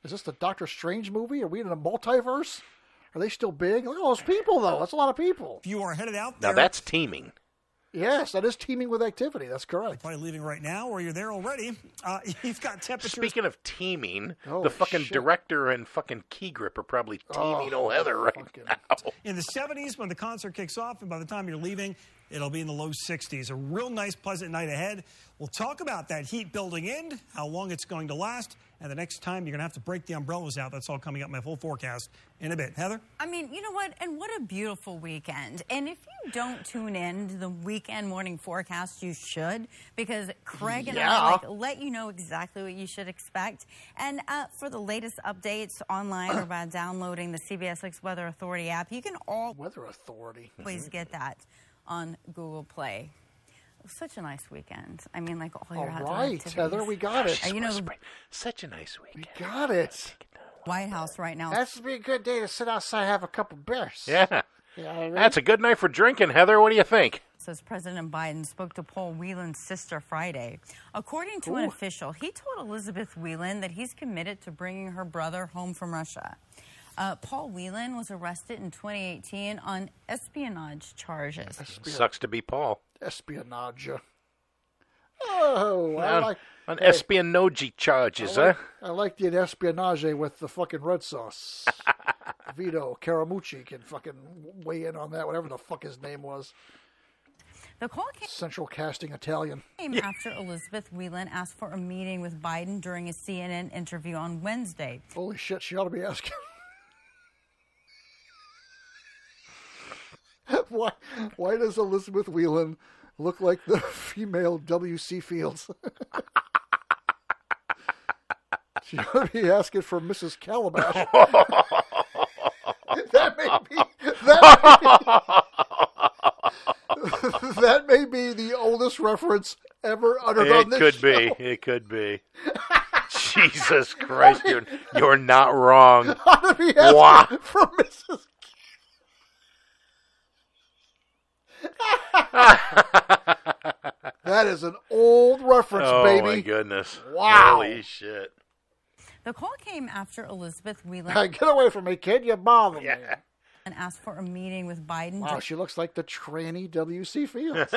Is this the Doctor Strange movie? Are we in a multiverse? Are they still big? Look at all those people, though. That's a lot of people.
If you are headed out
Now that's teaming.
Yes, that is teeming with activity. That's correct.
Probably leaving right now, or you're there already. Uh, you've got temperatures.
Speaking of teaming,
Holy
Oh,
the fucking
shit.
director and fucking key grip are probably teaming old Heather right now.
in the 70s when the concert kicks off, and by the time you're leaving, it'll be in the low 60s. A real nice, pleasant night ahead. We'll talk about that heat building in, how long it's going to last, and the next time you're going to have to break the umbrellas out. That's all coming up in my full forecast in a bit. Heather?
I mean, you know what? And what a beautiful weekend. And if you don't tune in to the weekend morning forecast, you should, because Craig and I
Yeah.
like, let you know exactly what you should expect. And uh, for the latest updates online or by downloading the CBS 6 Weather Authority app, you can all
Weather Authority.
always get that on Google Play. It was such a nice weekend. I mean, like all your
All
outdoor
right,
activities.
Heather, we got it.
Uh, you know,
such a nice weekend.
We got it.
White House right now.
That's be a good day to sit outside and have a couple beers.
Yeah.
Yeah, I agree.
That's a good night for drinking, Heather. What do you think?
says President Biden spoke to Paul Whelan's sister Friday. According to an
Ooh.
official, he told Elizabeth Whelan that he's committed to bringing her brother home from Russia. Uh, Paul Whelan was arrested in 2018 on espionage charges.
Sucks to be Paul.
espionage. Oh, I
on
like
on
hey,
espionage charges,
I like,
huh?
I like the espionage with the fucking red sauce. Vito Caramucci can fucking weigh in on that, whatever the fuck his name was.
The call came
Central Casting Italian.
came after Elizabeth Whelan asked for a meeting with Biden during a CNN interview on Wednesday.
Holy shit, she ought to be asking. why, why does Elizabeth Whelan look like the female W.C. Fields? she ought to be asking for Mrs. Calabash. that may be. That may be, that may be the oldest reference ever uttered on
It
this
could
show.
be. It could be. Jesus Christ, you're, you're not wrong.
Ought to be asking
Wah.
for Mrs. That is an old reference,
oh
baby.
my goodness!
Wow.
Holy shit!
The call came after Elizabeth Whelan
Get away from me, kid. You bother me.
and asked for a meeting with Biden.
Wow,
during-
she looks like the tranny W.C. Fields.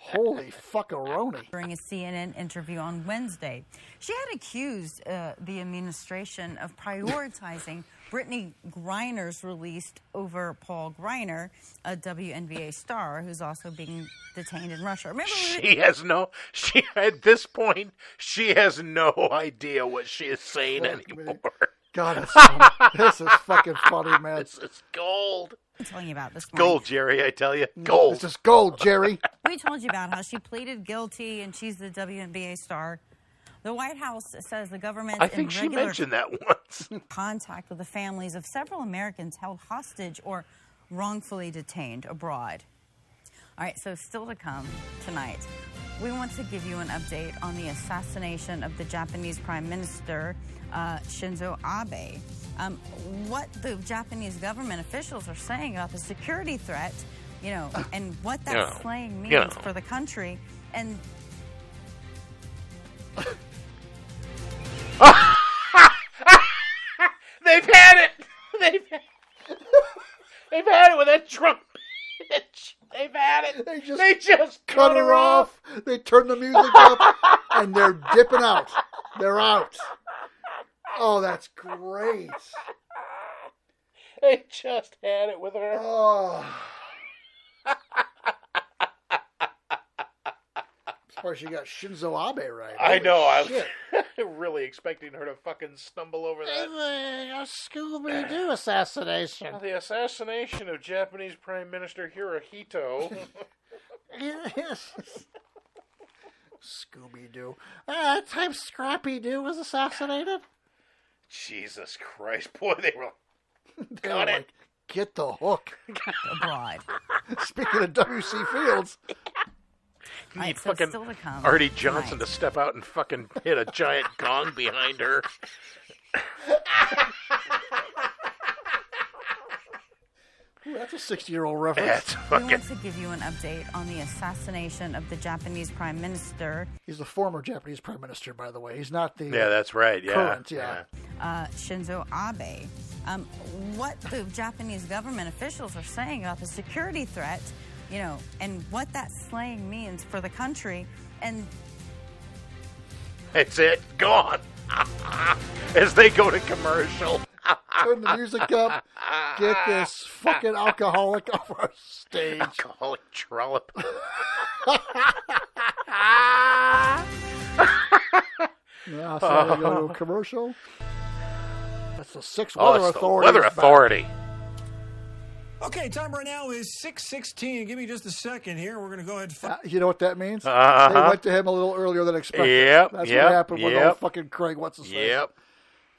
Holy fuckaroni.
during a CNN interview on Wednesday. She had accused uh, the administration of prioritizing Brittany Griner's release over Paul Griner, a WNBA star who's also being detained in Russia. Remember, we
She has no. She at this point, she has no idea what she is saying anymore.
God, it's, this is fucking funny, man. This
is gold.
were telling you about this morning.
Gold, Jerry. I tell you, gold.
This is gold, Jerry.
We told you about how she pleaded guilty and she's the WNBA star. The White House says the government
I think
in
she
regular
mentioned that once.
contact with the families of several Americans held hostage or wrongfully detained abroad. All right, so still to come tonight, we want to give you an update on the assassination of the Japanese Prime Minister uh, Shinzo Abe. Um, what the Japanese government officials are saying about the security threat you know, and what that
You know,
slang means
you know.
for the country. And
They've had it. They've had, they've had it with that Trump bitch. They've had it. They just,
cut her off. They turn the music up, and they're dipping out. They're out. Oh, that's great.
They just had it with her.
Oh. Of course, you got Shinzo Abe right.
I
Holy
know. I was
shit.
really expecting her to fucking stumble over that.
Scooby Doo assassination.
The assassination of Japanese Prime Minister Hirohito.
Scooby Doo. Ah, that time Scrappy Doo was assassinated.
Jesus Christ, boy, they were.
They were like, Get the hook.
Abroad.
Speaking of W.C. Fields,
Need
so
fucking
still to come.
Artie Johnson to step out and fucking hit a giant gong behind her.
Ooh, that's a 60 year old reference.
That's
we want to give you an update on the assassination of the Japanese prime minister
He's the former Japanese prime minister, by the way. He's not the
Yeah, that's right. Yeah,
current. Yeah,
uh, Shinzo Abe. Um, what the Japanese government officials are saying about the security threat, you know, and what that slang means for the country. And
That's it. Gone. As they go to commercial.
turn the music up. Get this fucking alcoholic off our stage.
Alcoholic trollop.
Yeah, so we go to a commercial. That's the six
Oh,
weather
it's the
authority.
Weather Authority.
Okay, time right now is 616. Give me just a second here. We're going to go ahead and fi-
Uh, You know what that means? They
Uh-huh.
went to him a little earlier than expected.
Yep,
That's
yep,
what happened with
yep.
old fucking Craig. What's his name?
Yep.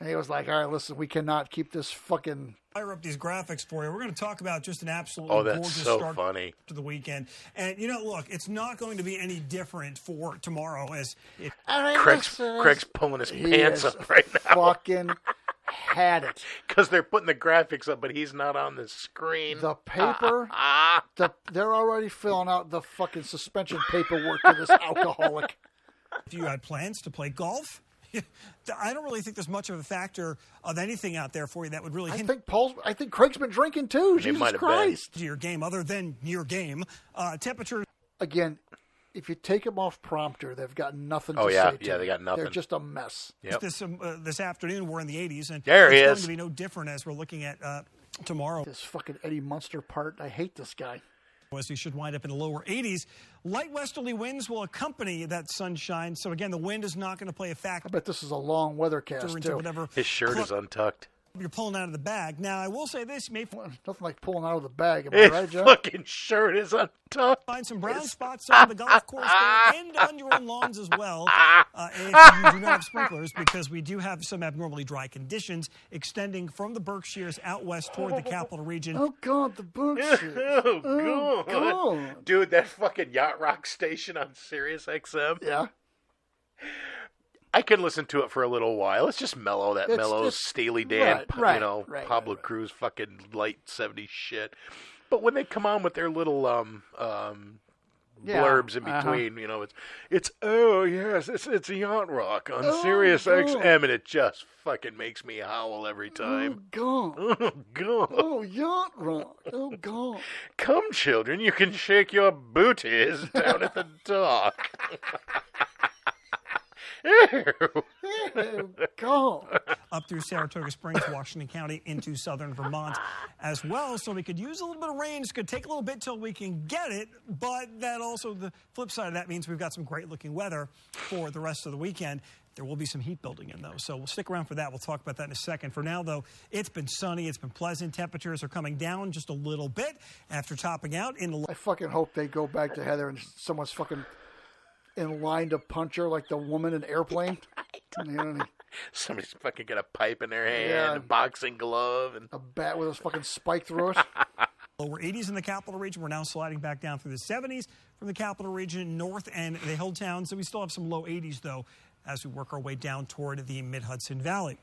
And he was like, "All right, listen, we cannot keep this fucking."
fire up these graphics for you. We're going to talk about just an absolutely
Oh, that's
gorgeous
so
start
funny.
to the weekend. And you know, look, it's not going to be any different for tomorrow as it
Craig's, Craig's pulling his
He
pants
is
up right now.
Fucking had it.
Because they're putting the graphics up, but he's not on the screen.
The paper, the, they're already filling out the fucking suspension paperwork for this alcoholic.
If you had plans to play golf, I don't really think there's much of a factor of anything out there for you that would really.
I
hinder
think Paul's. I think Craig's been drinking too. Jesus Christ!
to your game, other than your game, uh, temperature
Again, if you take them off prompter, they've got nothing.
Oh,
to
yeah,
say to
yeah,
it.
they got nothing.
They're just a mess.
this um, uh, this afternoon. We're in the 80s, and
There he
it's
is.
going to be no different as we're looking at uh, tomorrow.
This fucking Eddie Munster part. I hate this guy.
West, he should wind up in the lower 80s. Light westerly winds will accompany that sunshine. So again, the wind is not going to play a factor.
I bet this is a long weathercast
into
too.
whatever
His shirt
club
is untucked.
you're pulling out of the bag. Now, I will say this: you may nothing
like pulling out of the bag. Am I
His
right, Jeff?
fucking shirt is untucked.
Find some brown spots on the golf course there and on your own lawns as well. Uh, if you do not have sprinklers, because we do have some abnormally dry conditions extending from the Berkshires out west toward the capital region.
Oh God, the Berkshire.
Oh, God.
Mm, God.
Dude, that fucking yacht rock station on Sirius XM.
Yeah.
I could listen to it for a little while. It's just mellow, that
It's-
mellow
it's-
Steely Dan,
right,
p-
right,
you know,
right,
Pablo Cruz fucking light 70s shit. But when they come on with their little um um
Yeah,
blurbs in
uh-huh.
between, you know, it's it's oh yes, it's it's yacht rock on
Oh,
Sirius
God.
XM and it just fucking makes me howl
Oh.
every time.
God.
Oh God.
Oh yacht rock. Oh God.
Come children, you can shake your booties down at the dock. Ew.
Go
up through Saratoga Springs, Washington County, into southern Vermont as well. So we could use a little bit of rain. It's going to take a little bit till we can get it, but that also the flip side of that means we've got some great looking weather for the rest of the weekend. There will be some heat building in though, so we'll stick around for that. We'll talk about that in a second. For now, though, it's been sunny, it's been pleasant. Temperatures are coming down just a little bit after topping out in the.
I fucking hope they go back to Heather and someone's fucking in line to punch her like the woman in airplane. You know,
Somebody's fucking got a pipe in their hand,
Yeah.
a boxing glove, and
Oh,
a bat with his fucking spike through it.
Lower 80s in the capital region. We're now sliding back down through the 70s from the capital region north and the hill towns. So we still have some low 80s, though, as we work our way down toward the mid Hudson Valley.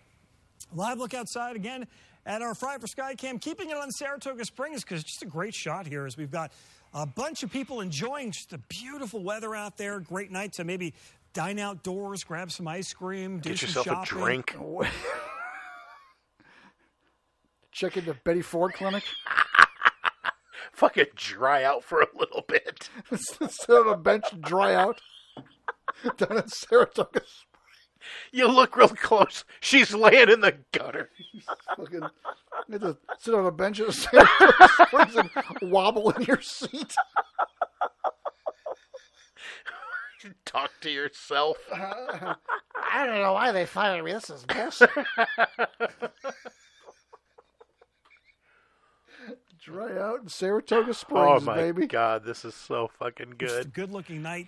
Live look outside again at our Fry for Sky Cam, keeping it on Saratoga Springs because it's just a great shot here as we've got a bunch of people enjoying just the beautiful weather out there. Great night to maybe dine outdoors, grab some ice cream, do
Get
some
yourself a
shopping.
Oh,
drink.
Check into Betty Ford Clinic.
Fucking dry out for a little bit.
Sit on a bench and dry out. Down in Saratoga.
You look real close. She's laying in the gutter.
Fucking, you have to sit on a bench at Saratoga Springs and wobble in your seat.
Talk to yourself.
I don't know why they fired me. This is bullshit.
Oh
Dry out in Saratoga
oh
Springs,
my
baby.
god, this is so fucking
It's a
good.
good looking night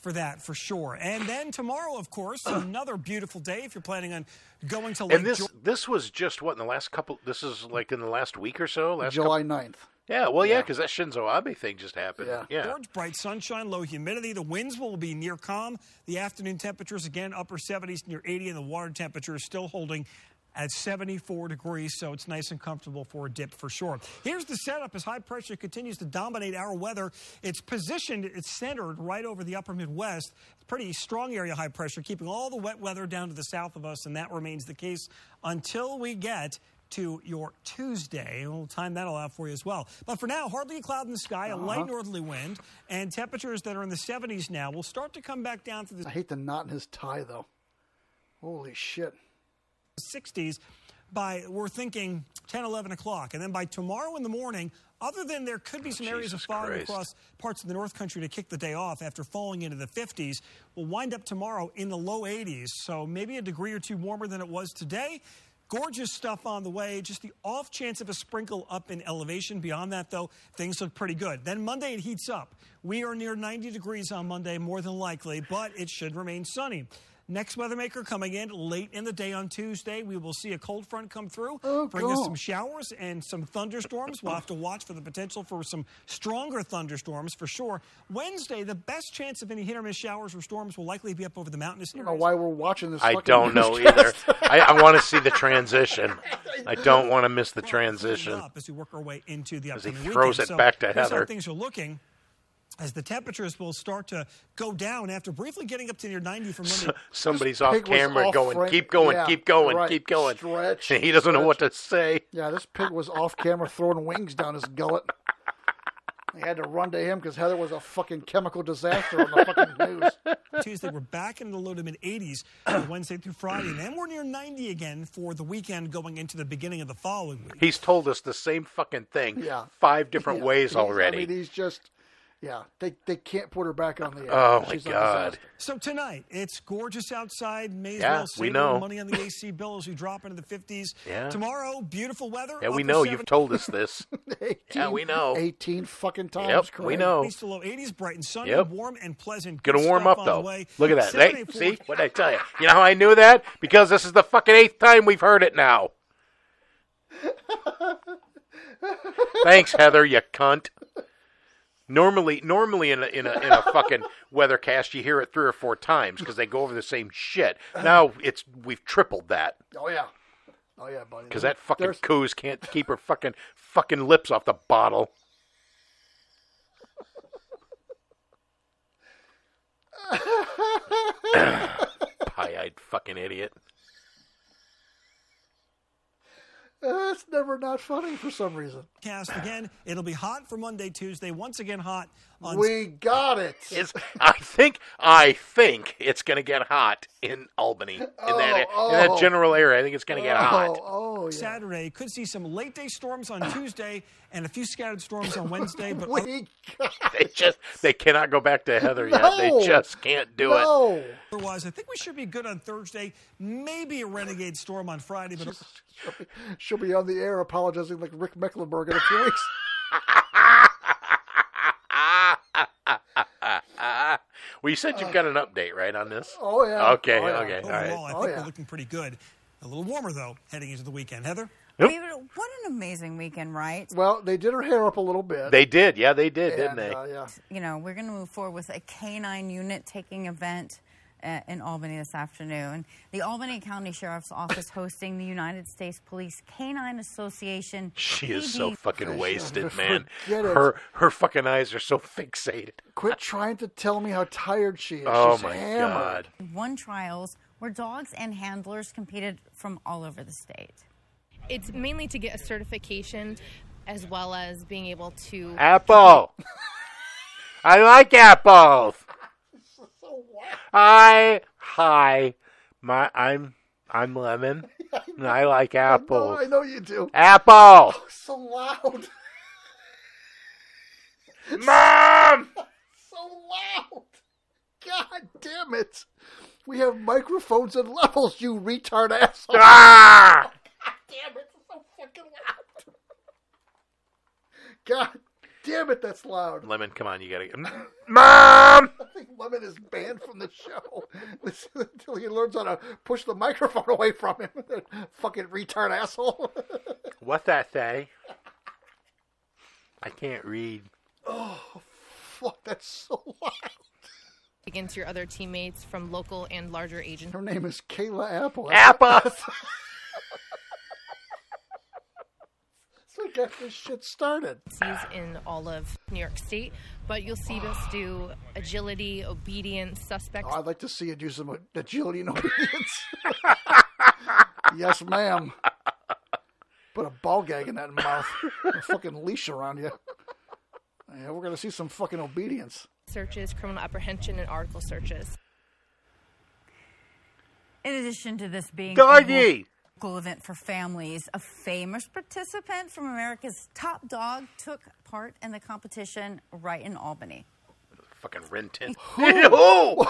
for that, for sure. And then tomorrow, of course, another beautiful day if you're planning on going to Lake
And this
Geor-
this was just what in the last couple. This is like in the last week or so. Last
July
couple-
9th.
Yeah, well, yeah, because that Shinzo Abe thing just happened. Yeah,
Orange, bright sunshine, low humidity. The winds will be near calm. The afternoon temperatures, again, upper 70s, near 80, and the water temperature is still holding at 74 degrees, so it's nice and comfortable for a dip for sure. Here's the setup as high pressure continues to dominate our weather. It's positioned, it's centered right over the upper Midwest. Pretty strong area of high pressure, keeping all the wet weather down to the south of us, and that remains the case until we get to your Tuesday. And we'll time that all out for you as well. But for now, hardly a cloud in the sky, a light
Uh-huh.
northerly wind, and temperatures that are in the 70s now will start to come back down to the
I hate the knot in his tie, though. Holy shit.
60s by we're thinking 10 11 o'clock and then by tomorrow in the morning other than there could be some areas of fog
Christ.
across parts of the north country to kick the day off after falling into the 50s we'll wind up tomorrow in the low 80s so maybe a degree or two warmer than it was today gorgeous stuff on the way just the off chance of a sprinkle up in elevation beyond that though things look pretty good then monday it heats up we are near 90 degrees on monday more than likely but it should remain sunny Next weather maker coming in late in the day on Tuesday. We will see a cold front come through, bring us
cool.
some showers and some thunderstorms. We'll have to watch for the potential for some stronger thunderstorms for sure. Wednesday, the best chance of any hit or miss showers or storms will likely be up over the mountainous
I
areas.
don't know why we're watching this.
I
fucking
don't know either.
newscast.
I, I want to see the transition. I don't want to miss the transition.
up as we work our way into the
As he
upcoming
throws
weekend.
it back to
here's how
Heather.
things are looking. As the temperatures will start to go down after briefly getting up to near 90 from Monday.
Somebody's
This
off
pig was
camera
off
going,
frame-
keep going,
yeah,
keep going,
right.
keep going.
Stretch,
he doesn't know what to say.
Yeah, this pig was off camera throwing wings down his gullet. They had to run to him because Heather was a fucking chemical disaster on the fucking news.
Tuesday, we're back into the low to mid 80s for Wednesday through Friday. And then we're near 90 again for the weekend going into the beginning of the following week.
He's told us the same fucking thing
Yeah.
five different
Yeah,
ways
he's-
already.
I mean, he's just, yeah, they, they can't put her back on the air.
Oh, my
She's a
God.
disaster.
So tonight, it's gorgeous outside. May as
Yeah,
well
we
save a
know.
little money on the AC bill as we drop into the 50s.
Yeah.
Tomorrow, beautiful weather.
yeah, we
upper
know you've
70s.
told us this. yeah, we know.
18 fucking times.
Yep, we
Craig.
know.
East to low 80s, bright and sunny,
Yep.
warm and pleasant.
Gonna
Good
warm
stuff
up
on the
though.
way.
Look at that. They,
784
see what I tell you? You know how I knew that because this is the fucking eighth time we've heard it now. Thanks, Heather. You cunt. Normally, normally in a, in a in a fucking weathercast, you hear it three or four times because they go over the same shit. Now it's we've tripled that
Oh, yeah. Oh, yeah, buddy.
because that fucking
There's-
coos can't keep her fucking fucking lips off the bottle. Pie-eyed fucking idiot.
That's Uh, never not funny for some reason.
Cast again. It'll be hot for Monday, Tuesday. Once again, hot on
We got it.
It's, I think I think it's gonna get hot in Albany in that
Oh,
in that
oh.
general area. I think it's gonna get
Oh,
hot.
Saturday. Could see some late day storms on Tuesday and a few scattered storms on Wednesday. But
They just they cannot go back to Heather yet.
No.
They just can't do it.
Otherwise, I think we should be good on Thursday. Maybe a renegade storm on Friday, but
She'll be on the air apologizing like Rick Mecklenburg in a few weeks.
well, you said you've got an update right on this.
Oh, yeah.
Okay.
Oh, yeah.
Okay. All right.
overall, I think we're looking pretty good. A little warmer though, heading into the weekend. Heather,
Nope.
David, what an amazing weekend, right?
Well, they did her hair up a little bit. uh,
They did.
uh,
Yeah, they did, didn't
And,
they?
You know, we're going to move forward with a canine unit taking event uh, in Albany this afternoon. The Albany County Sheriff's Office hosting the United States Police Canine Association.
She is so
PD.
fucking wasted, man.
Forget it.
Her her fucking eyes are so fixated.
Quit trying to tell me how tired she is.
Oh
She's
my
hammered.
god.
One trials where dogs and handlers competed from all over the state.
It's mainly to get a certification as well as being able to.
Apple. I like apples. Hi, hi. My I'm I'm lemon. and I like apples.
I know you do.
Apple.
So loud.
Mom!
so loud. God damn it. We have microphones and levels, you retard asshole.
Ah!
Damn it, it's so fucking loud. God damn it, that's loud.
Lemon, come on, you gotta get. Mom!
I think Lemon is banned from the show This- until he learns how to push the microphone away from him. Fucking retard asshole.
What that say? I can't read.
oh, fuck, that's so loud.
Against your other teammates from local and larger agencies.
Her name is Kayla Apple.
Apple!
So got this shit started.
in all of New York State, but you'll see us do agility, obedience, suspect.
Oh,
Oh,
I'd like to see you do some agility and obedience. yes, ma'am. Put a ball gag in that mouth. A fucking leash around you. Yeah, we're gonna see some fucking obedience.
searches, criminal apprehension, and article searches.
In addition to this being
Doggy!
a local event for families, a famous participant from America's Top Dog took part in the competition right in Albany.
Fucking Rin Tin.
Who?
Who?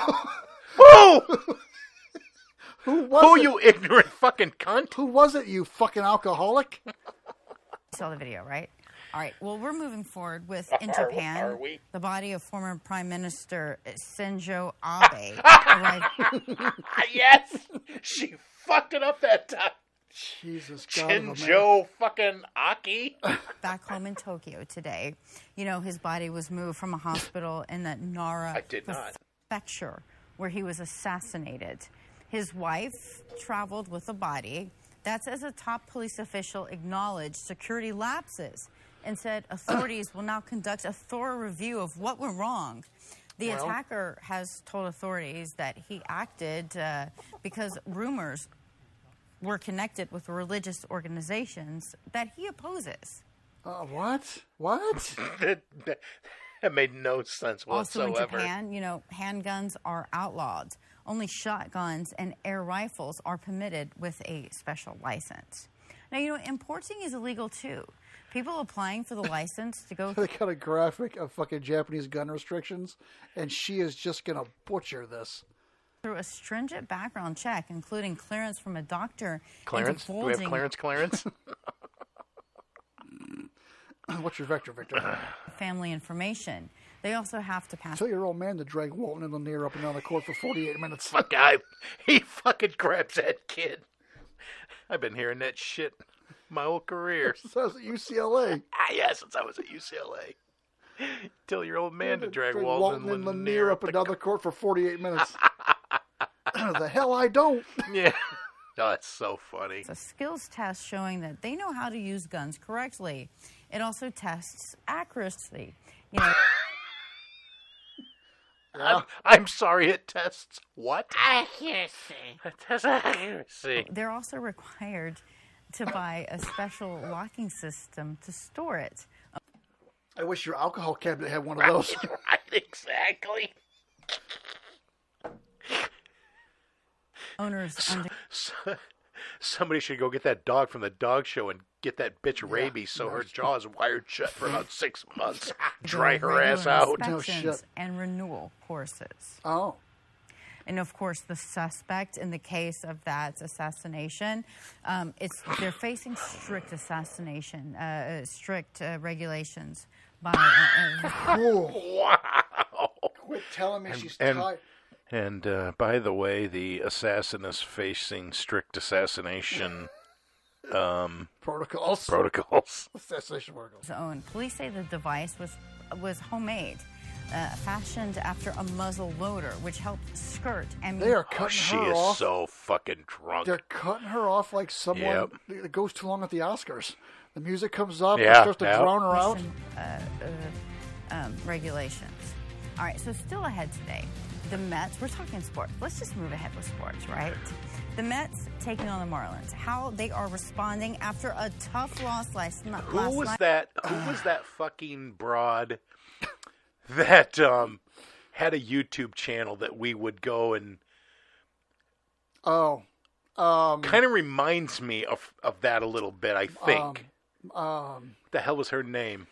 Who was
Who,
it?
you ignorant fucking cunt?
Who was it, you fucking alcoholic?
You saw the video, right? All right. Well, we're moving forward with in Japan.
Are we?
The body of former Prime Minister Shinzo Abe. arrived-
Ah, yes, she fucked it up that time.
Jesus
God oh, of
Shinjo fucking Aki.
back home in Tokyo today. You know, his body was moved from a hospital in the Nara
I did not.
prefecture where he was assassinated. His wife traveled with the body. That's as a top police official acknowledged security lapses and said authorities will now conduct a thorough review of what went wrong. The
Well-
attacker has told authorities that he acted uh, because rumors were connected with religious organizations that he opposes.
Uh, what? What?
that, that- that made no sense
Also in
whatsoever.
Japan, you know, handguns are outlawed. Only shotguns and air rifles are permitted with a special license. Now, you know, importing is illegal too. People applying for the license to go
They got a graphic of fucking Japanese gun restrictions, and she is just gonna butcher this.
through a stringent background check, including clearance from a doctor. and
Clarence? Do we have
divulging
Clarence Clarence?
What's your vector, Victor?
Family information. They also have to pass
Tell your old man to drag Walton and Lanier up and down the court for 48 minutes.
Fuck, I, he fucking grabs that kid. I've been hearing that shit my whole career.
Since I was at UCLA.
Ah, yeah, since I was at UCLA. Tell your old man to drag, Walton, Lin-
and Lanier up and down the court for 48 minutes. the hell I don't.
Yeah. Oh, that's so funny.
a skills test showing that they know how to use guns correctly. It also tests accuracy. You know,
I'm, I'm sorry it tests what? Accuracy. It tests accuracy.
They're also required to buy a special locking system to store it.
I wish your alcohol cabinet had one of those.
Right, exactly.
Owners under
So- Somebody should go get that dog from the dog show and get that bitch rabies so her jaw is wired shut for about six months. Dry her ass out.
inspections and renewal courses.
Oh.
And of course, the suspect in the case of that assassination, um, it's they're facing strict assassination, uh, uh, strict uh, regulations by. Uh, uh,
wow!
Quit telling me she's
and-
tired.
And uh, by the way, the assassin is facing strict assassination um,
Protocols.
Protocols.
Assassination protocol.
own. Police say the device was was homemade. uh, fashioned after a muzzle loader, which helped skirt and
They are
Oh,
cutting
she
her
is
off.
so fucking drunk.
They're cutting her off like someone that goes too long at the Oscars. The music comes up, it
Yeah,
starts to
yeah.
drown her out.
uh, um, regulations. All right, so still ahead today. The Mets, we're talking sports. Let's just move ahead with sports, right? The Mets taking on the Marlins. How they are responding after a tough loss last, n- last
Who was
night.
that? Who was that fucking broad that um had a YouTube channel that we would go and
Oh, um,
kind of reminds me of of that a little bit. I think
Um, um,
the hell was her name?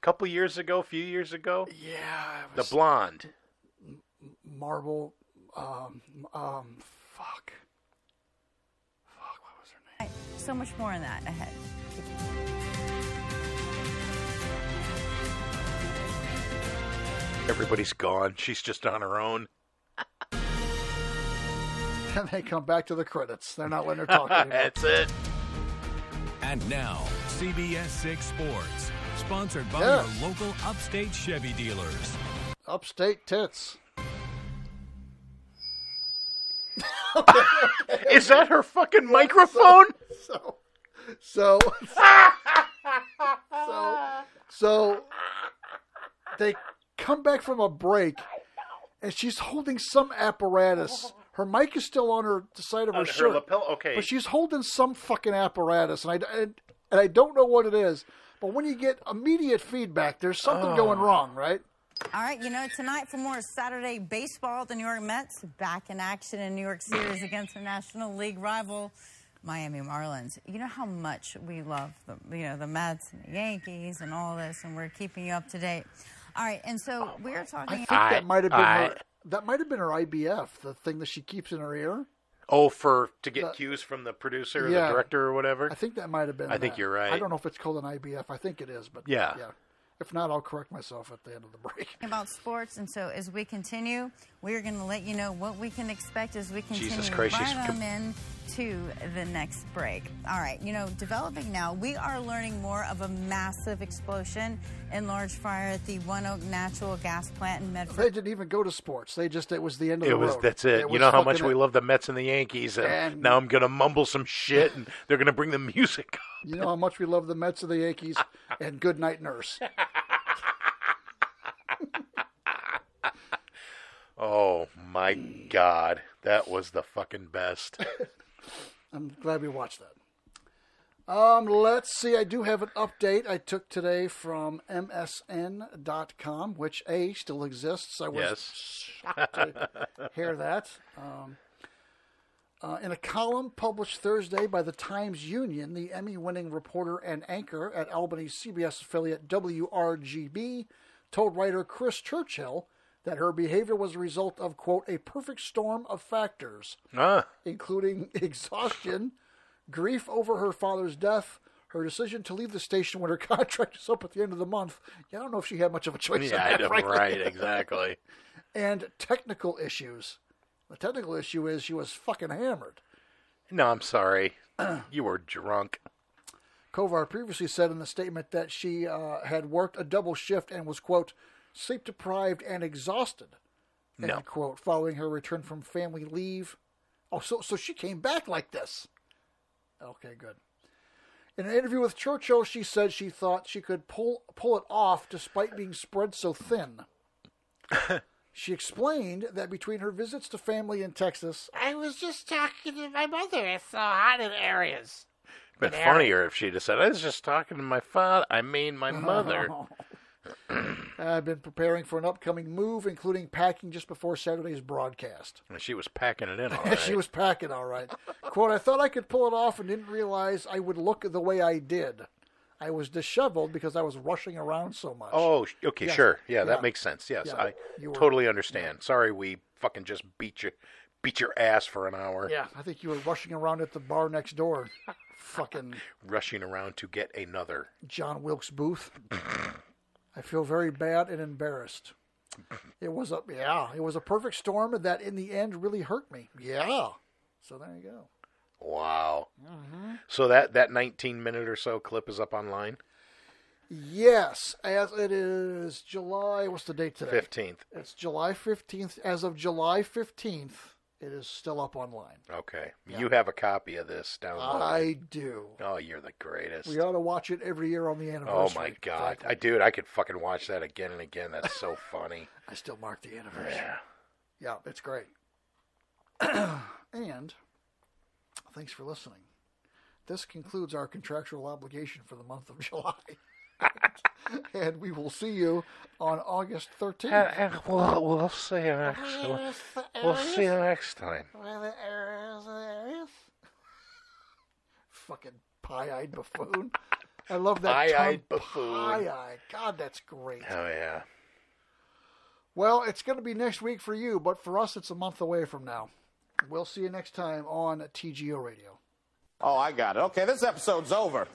A couple years ago, a few years ago.
Yeah,
the blonde.
marble. Um, um, fuck.
So much more on that ahead.
Everybody's gone. She's just on her own.
And they come back to the credits. They're not letting her talk anymore.
That's it.
And now, CBS 6 Sports, sponsored by
Yes.
your local upstate Chevy dealers.
Upstate tits.
Is that her fucking microphone?
So, so, so, so they come back from a break, and she's holding some apparatus. Her mic is still on her the side of
On
her
her
shirt.
lapel? Okay.
but she's holding some fucking apparatus, and I and, and I don't know what it is. But when you get immediate feedback, there's something
Oh.
going wrong, right?
All right, you know, tonight for more Saturday baseball, the New York Mets back in action in New York series against their National League rival, Miami Marlins. You know how much we love the, you know, the Mets and the Yankees and all this, and we're keeping you up to date. All right, and so
Oh,
we're talking.
I think that might have been her. That might have been her IBF, the thing that she keeps in her ear.
Oh, for to get cues from the producer or
Yeah.
the director or whatever.
I think that might have been.
I think
that.
you're right.
I don't know if it's called an IBF. I think it is, but
Yeah.
If not, I'll correct myself at the end of the break.
talking about sports, and so as we continue, we are going to let you know what we can expect as we continue
Jesus Christ, she's
right on
com-
in to the next break. All right, you know, developing now, we are learning more of a massive explosion and large fire at the One Oak Natural Gas Plant in Medford.
They didn't even go to sports. They just it was the end of
It
the
was
road.
that's it. you
was
know how
fucking
much we
it.
love the Mets and the Yankees, and,
And-
now I'm gonna mumble some shit, and they're gonna bring the music.
You know how much we love the Mets and the Yankees and Good Night Nurse.
Oh my god, that was the fucking best.
I'm glad we watched that. Um, let's see. I do have an update I took today from MSN.com, which A still exists. I was
Yes.
shocked to hear that. Um, uh, in a column published Thursday by the Times Union, the Emmy winning reporter and anchor at Albany's CBS affiliate WRGB told writer Chris Churchill that her behavior was a result of, quote, a perfect storm of factors
Ah.
including exhaustion, grief over her father's death, her decision to leave the station when her contract is up at the end of the month. Yeah, I don't know if she had much of a choice.
yeah,
in
I
that,
know,
frankly.
right, exactly.
And technical issues. The technical issue is she was fucking hammered.
No, I'm sorry. you were drunk.
Kovar previously said in the statement that she uh, had worked a double shift and was, quote, sleep deprived and exhausted, end
No.
quote, following her return from family leave. Oh, so, so she came back like this. Okay, good. In an interview with Churchill, she said she thought she could pull, pull it off despite being spread so thin. she explained that between her visits to family in Texas, I was just talking to my mother. It's so hot in areas.
But
An
funnier if she'd have said, "I was just talking to my father. I mean, my mother."
I've been preparing for an upcoming move, including packing just before Saturday's broadcast.
And she was packing it in. All right.
she was packing all right. Quote, I thought I could pull it off and didn't realize I would look the way I did. I was disheveled because I was rushing around so much.
Oh, sh- okay,
Yeah,
sure. Yeah,
yeah.
that makes sense. Yes,
Yeah,
I
you were-
totally understand. Sorry, we fucking just beat you, beat your ass for an hour.
Yeah, I think you were rushing around at the bar next door. Fucking
rushing around to get another.
John Wilkes Booth. I feel very bad and embarrassed. It was a yeah, it was a perfect storm that in the end really hurt me. Yeah. So there you go.
Wow.
Mhm.
Mm-hmm. So that that 19 minute or so clip is up online.
Yes, as it is July. What's the date today?
15th.
It's July 15th. As of July 15th, it is still up online.
Okay. You have a copy of this downloaded.
I do.
Oh, you're the greatest.
We ought to watch it every year on the
Oh
anniversary.
my god, I dude, I could fucking watch that again and again. That's so funny.
I still mark the anniversary.
Yeah.
Yeah, it's great. and thanks for listening. This concludes our contractual obligation for the month of July. and we will see you on August 13th.
Uh, uh, we'll, we'll see you next. We'll, we'll see you next time.
Fucking pie-eyed buffoon. I love that
Pie-eyed
term,
buffoon.
Pie-eyed. God, that's great.
Oh yeah.
Well, it's going to be next week for you, but for us, it's a month away from now. We'll see you next time on TGO Radio.
Oh, I got it. Okay, this episode's over.